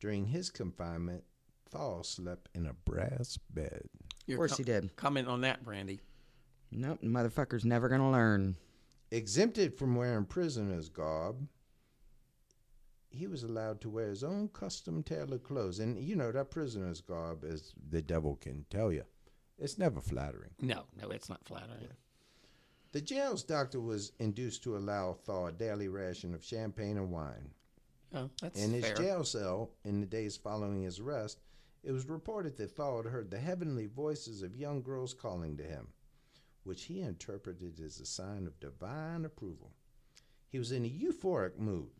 During his confinement, Thaw slept in a brass bed.
Your
course he did.
Comment on that, Brandy.
Nope, motherfucker's never gonna learn.
Exempted from wearing prisoner's garb, he was allowed to wear his own custom tailored clothes. And you know, that prisoner's garb, as the devil can tell you, it's never flattering.
No, no, it's not flattering.
The jail's doctor was induced to allow Thaw a daily ration of champagne and wine.
Oh, that's
in his
fair.
jail cell, in the days following his arrest, it was reported that Thaw had heard the heavenly voices of young girls calling to him, which he interpreted as a sign of divine approval. He was in a euphoric mood.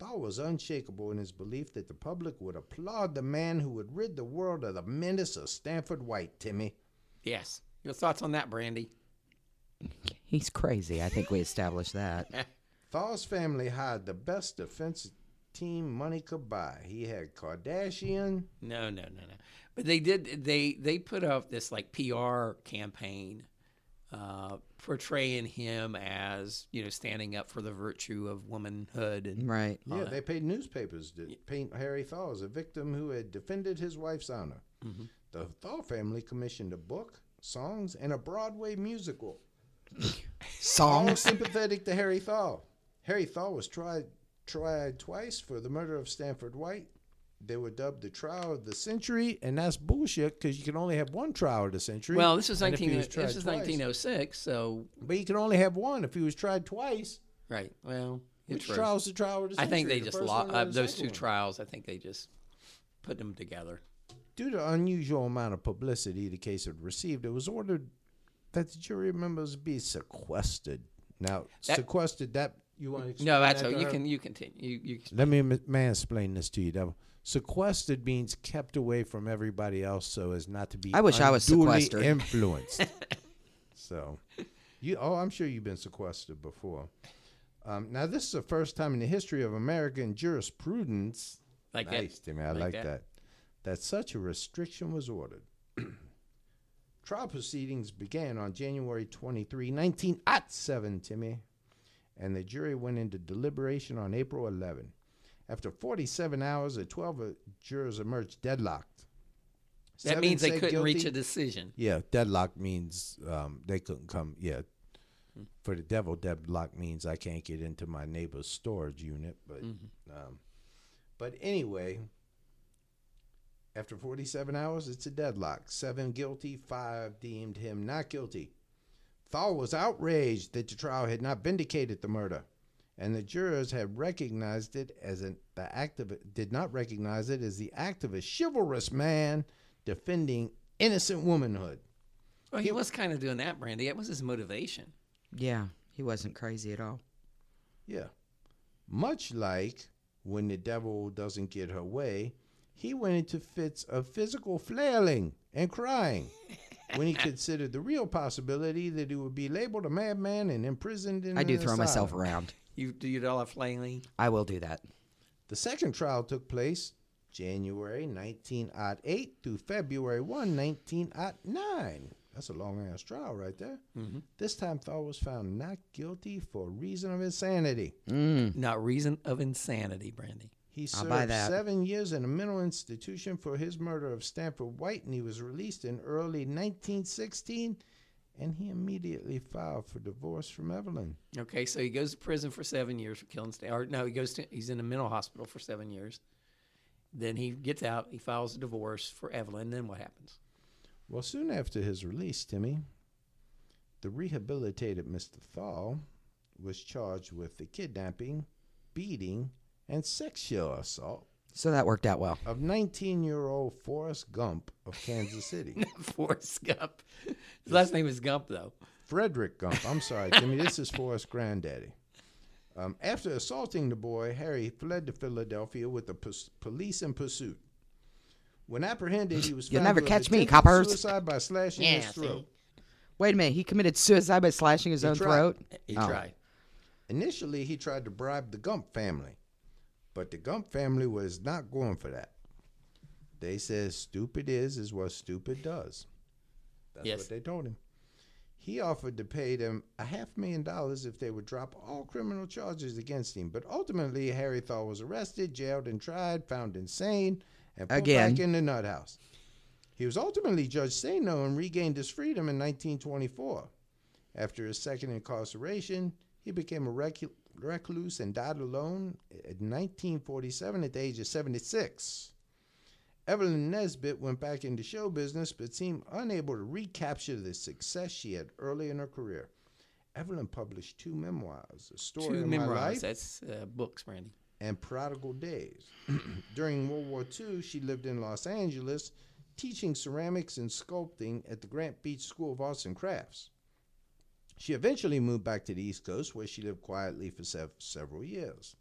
Thal was unshakable in his belief that the public would applaud the man who would rid the world of the menace of Stanford White, Timmy.
Yes. Your thoughts on that, Brandy?
He's crazy. I think we established that.
Thal's family hired the best defensive team money could buy. He had Kardashian.
No, no, no, no. But they did. They they put up this like PR campaign, uh, portraying him as you know standing up for the virtue of womanhood and
Right.
Yeah, they paid newspapers to paint Harry Thaw as a victim who had defended his wife's honor.
Mm-hmm.
The Thaw family commissioned a book, songs, and a Broadway musical.
Oh,
All
Songs.
sympathetic to Harry Thaw. Harry Thaw was tried tried twice for the murder of Stanford White. They were dubbed the trial of the century, and that's bullshit because you can only have one trial of the century.
Well, this was
And if he
nineteen.
was
This
tried
is
twice-
nineteen oh six. So
But you can only have one if he was tried twice.
right. Well,
Which
it's true.
trial's the trial of the
I
century?
think they
The
just
first
lost
one or
uh,
the
those
second
two
one?
trials. I think they just put them together.
Due to unusual amount of publicity the case had received, it was ordered that the jury members be sequestered. Now,
That-
sequestered that you want to explain
No, that's
that
how
to
you
her?
can you continue. You, you
Let me ma- mansplain this to you, Devil. Sequestered means kept away from everybody else so as not to be.
I wish I was
unduly
sequestered.
Influenced. so, you. Oh, I'm sure you've been sequestered before. Um, now, this is the first time in the history of American jurisprudence
like
nice,
that.
Timmy. I like, that. that. such a restriction was ordered. Trial proceedings began on January 23, 1907, Timmy, and the jury went into deliberation on April 11. After 47 hours, the 12 jurors emerged deadlocked.
That
Seven
means they
said
couldn't reach
guilty.
a decision.
Yeah, deadlock means um, they couldn't come. Yeah, for the devil, deadlock means I can't get into my neighbor's storage unit. But, um, but anyway, after 47 hours, it's a deadlock. Seven guilty, five deemed him not guilty. Thal was outraged that the trial had not vindicated the murder, and the jurors had recognized it as an, the act of did not recognize it as the act of a chivalrous man defending innocent womanhood.
Well, he was kind of doing that, Brandy. That was his motivation.
Yeah. He wasn't crazy at all.
Yeah. Much like when the devil doesn't get her way, he went into fits of physical flailing and crying when he considered the real possibility that he would be labeled a madman and imprisoned in
I do
an
throw myself
asylum.
around.
You do you all have flailing?
I will do that.
The second trial took place January 1908 through February 1, 1909. That's a long ass trial right there.
Mm-hmm.
This time, Thor was found not guilty for reason of insanity.
Mm.
Not reason of insanity, Brandy.
He
I'll
served
buy that.
seven years in a mental institution for his murder of Stanford White, and he was released in early 1916. And he immediately filed for divorce from Evelyn.
Okay, so he goes to prison for seven years for killing. Sta- Or no, he goes to he's in a mental hospital for seven years. Then he gets out. He files a divorce for Evelyn. Then what happens?
Well, soon after his release, Timmy, the rehabilitated Mr. Thal was charged with the kidnapping, beating, and sexual assault
So that worked out well.
of 19 year old Forrest Gump of Kansas City.
Forrest Gump. His last name is Gump, though.
Frederick Gump. I'm sorry, Timmy. this is Forrest's granddaddy. Um, after assaulting the boy, Harry fled to Philadelphia with the pus- police in pursuit. When apprehended, he was
You'll
found
never
to have
catch me,
attempted
coppers.
Suicide by slashing his
Yeah,
throat.
see?
Wait a minute. He committed suicide by slashing his
He
own
tried.
throat.
He
Oh.
tried.
Initially, he tried to bribe the Gump family, but the Gump family was not going for that. They said, "Stupid is is what stupid does." That's
Yes.
what they told him. He offered to pay them a half million dollars if they would drop all criminal charges against him. But ultimately, Harry Thaw was arrested, jailed, and tried, found insane, and put
Again.
back in the nut house. He was ultimately judged sane though and regained his freedom in 1924. After his second incarceration, he became a recu- recluse and died alone in 1947 at the age of 76. Evelyn Nesbit went back into show business but seemed unable to recapture the success she had early in her career. Evelyn published two memoirs, A Story
Two
of My Life
memorized. That's uh, books, Brandy.
and Prodigal Days. During World War II, she lived in Los Angeles, teaching ceramics and sculpting at the Grant Beach School of Arts and Crafts. She eventually moved back to the East Coast where she lived quietly for sev- several years.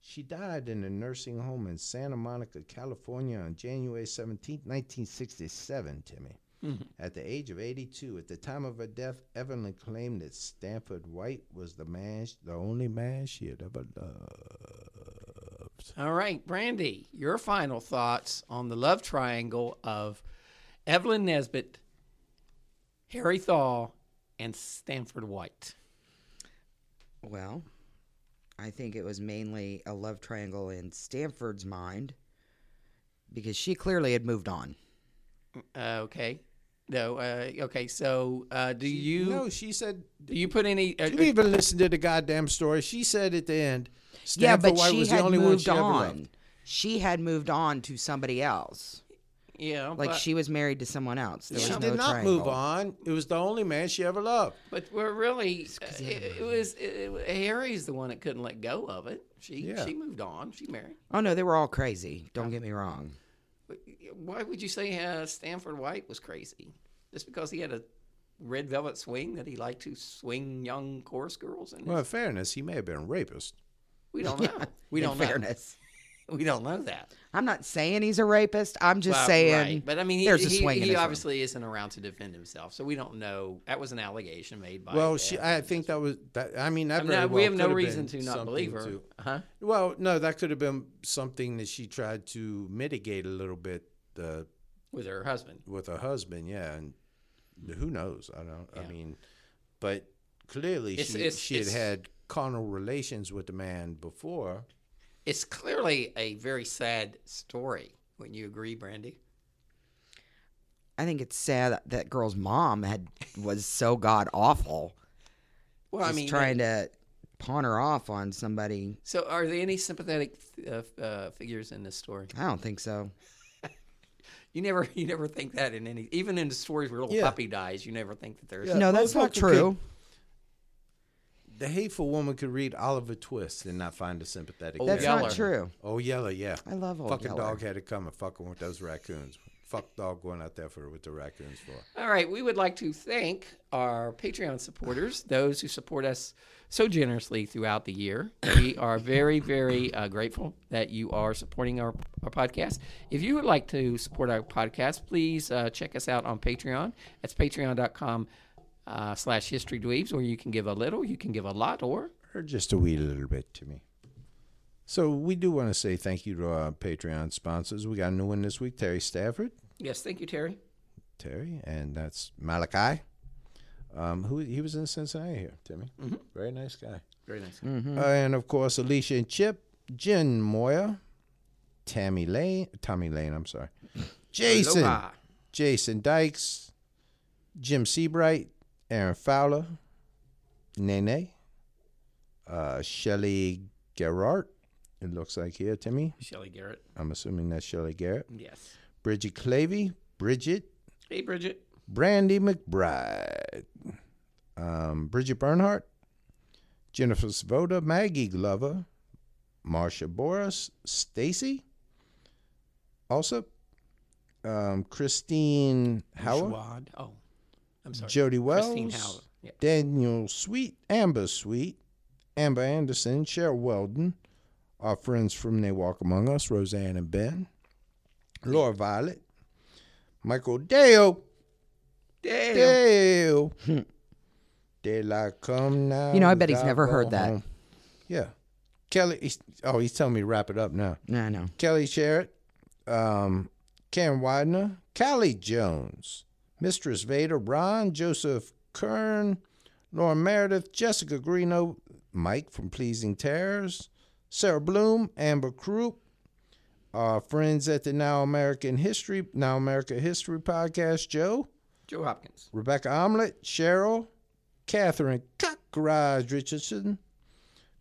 She died in a nursing home in Santa Monica, California on January 17, 1967, Timmy. At the age of 82, at the time of her death, Evelyn claimed that Stanford White was the man, sh- the only man she had ever loved.
All right, Brandy, your final thoughts on the love triangle of Evelyn Nesbit, Harry Thaw, and Stanford White.
Well, I think it was mainly a love triangle in Stanford's mind because she clearly had moved on.
Uh, okay. No. Uh, okay. So, uh, do you
No, she said.
do you put any? Uh,
You didn't even listen to the goddamn story. She said at the end, Stanford
yeah, but
White
she
was
had
the only one
moved
she ever
on.
loved.
She had moved on to somebody else.
uh, yeah.
Like
but,
she was married to someone else. There
She
was
did
no
not
triangle.
move on. It was the only man she ever loved.
But we're really. uh, it, it was it, it- Harry's the one that couldn't let go of it. She
Yeah.
she moved on. She married.
Oh no, they were all crazy. Don't get me wrong.
Why would you say uh, Stanford White was crazy? Just because he had a red velvet swing that he liked to swing young chorus girls in?
Well, in fairness, he may have been a rapist.
we don't know. We
in
don't
fairness.
know. We don't know that.
I'm not saying he's a rapist. I'm just
Well,
saying.
right. But I mean, he,
there's a
he-
swing. in
he
his room.
obviously isn't around to defend himself, so we don't know. That was an allegation made by.
well,
the-
she. I think that was. That, I mean, that
I mean,
very
I-
well
we have no
could been
reason to not
something
believe her.
to-
huh?
well, no, that could have been something that she tried to mitigate a little bit uh,
With her husband.
with her husband. Yeah, and who knows? I don't. I mean, but clearly
It's-
she
it's-
she had
it's-
had carnal relations with the man before.
It's clearly a very sad story. Wouldn't you agree, Brandy?
I think it's sad that, that girl's mom had was so god awful.
Well,
just
I mean,
trying to pawn her off on somebody.
So, are there any sympathetic uh, uh, figures in this story?
I don't think so.
You never, you never think that in any, even in the stories where little
Yeah.
puppy dies, you never think that there's.
Yeah.
no, that's
those
not
folks
true.
The hateful woman could read Oliver Twist and not find a sympathetic.
Oh,
character.
That's
Yeller.
not true.
Oh, Yeller, yeah.
I love old
Fucking
Yeller.
dog had it coming, fucking with those raccoons. Fuck dog going out there for with the raccoons for.
All right, we would like to thank our Patreon supporters, those who support us so generously throughout the year. We are very, very uh, grateful that you are supporting our, our podcast. If you would like to support our podcast, please uh, check us out on Patreon. That's patreon.com uh, slash history dweebs, where you can give a little, you can give a lot, or
Or just a wee little bit to me. So we do want to say thank you to our Patreon sponsors. We got a new one this week, Terry Stafford.
yes, thank you, Terry.
Terry, and that's Malachi. Um, who he was in Cincinnati here, Timmy. Very nice guy.
Very nice.
Uh, and of course, Alicia and Chip, Jen Moyer, Tammy Lane, Tommy Lane. I'm sorry, Jason,
Aloha.
Jason Dykes, Jim Seabright, Aaron Fowler, Nene, uh, Shelly Gerhardt. It looks like here, Timmy.
Shelly Garrett.
I'm assuming that's Shelly Garrett.
Yes.
Bridget Clavey, Bridget,
Hey, Bridget.
Brandy McBride, um, Bridget Bernhardt, Jennifer Svoda, Maggie Glover, Marsha Boris, Stacy, also um, Christine Howard,
Schwad. Oh, I'm sorry.
Jody
Christine
Wells,
Howard. Yeah.
Daniel Sweet, Amber Sweet, Amber Anderson, Cheryl Weldon, our friends from They Walk Among Us, Roseanne and Ben, Laura Violet, Michael Dale.
Dale.
Dale. Did I come now?
Hmm. You know, I bet he's
thou
never heard
go
that.
home. Yeah. Kelly, he's, oh, he's telling me to wrap it up now.
No, I know.
Kelly Sherritt, um, Karen Widener, Callie Jones, Mistress Vader, Ron, Joseph Kern, Lauren Meredith, Jessica Greeno, Mike from Pleasing Terrors, Sarah Bloom, Amber Croup, our friends at the Now American History, Now America History Podcast, Joe.
Joe Hopkins.
Rebecca Omelette, Cheryl, Catherine Cockrise Richardson,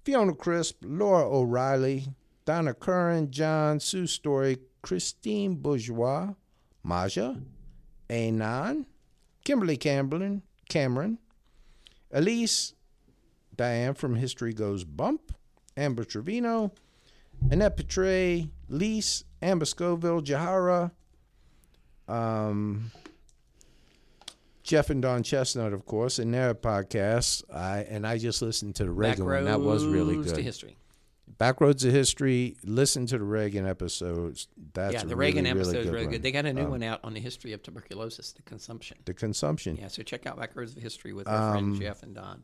Fiona Crisp, Laura O'Reilly, Donna Curran, John Sue Story, Christine Bourgeois, Maja, Anon, Kimberly Camberlin, Cameron, Elise, Diane from History Goes Bump, Amber Trevino, Annette Petray, Lise, Amber Scoville, Jahara, um, Jeff and Don Chestnut, of course, in their podcast. I and I just listened to the
Back
regular one. That was really
roads
good.
to history.
Backroads of History. Listen to the Reagan episodes. That's
yeah,
a
the Reagan
really,
episode is
really
really
one.
good. They got a new
Um,
one out on the history of tuberculosis, the consumption.
The consumption.
Yeah, so check out Backroads of History with our
Um,
friend Jeff and Don.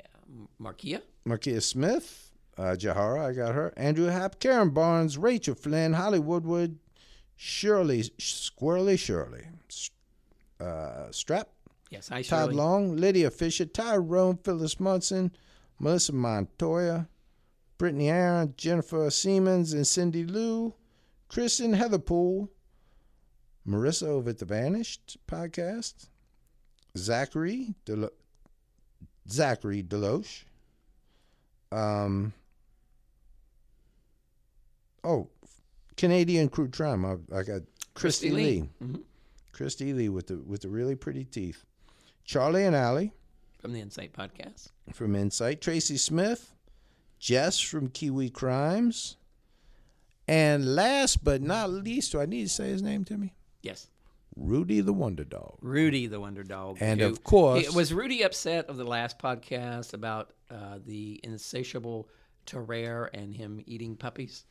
Yeah, Markia.
Markia Smith, uh, Jahara, I got her. Andrew Happ, Karen Barnes, Rachel Flynn, Holly Woodward, Shirley, Squirrely Shirley, S- uh, Strap,
Yes, I
Todd
Shirley.
Long, Lydia Fisher, Tyrone, Phyllis Munson, Melissa Montoya, Brittany Aaron, Jennifer Siemens, and Cindy Lou, Kristen Heatherpool, Marissa over at the Vanished podcast, Zachary Delo- Zachary Deloche. Um, oh, Canadian crew trauma. I got
Christy
Christy, Lee.
Lee. Mhm.
Christy Lee with the with the really pretty teeth. Charlie and Allie
from the Insight Podcast.
from Insight, Tracy Smith, Jess from Kiwi Crimes, and last but not least, do I need to say his name, Timmy?
Yes,
Rudy the Wonder Dog.
Rudy the Wonder Dog.
And
who-
of course-
It was Rudy upset of the last podcast about uh, the insatiable Terreur and him eating puppies.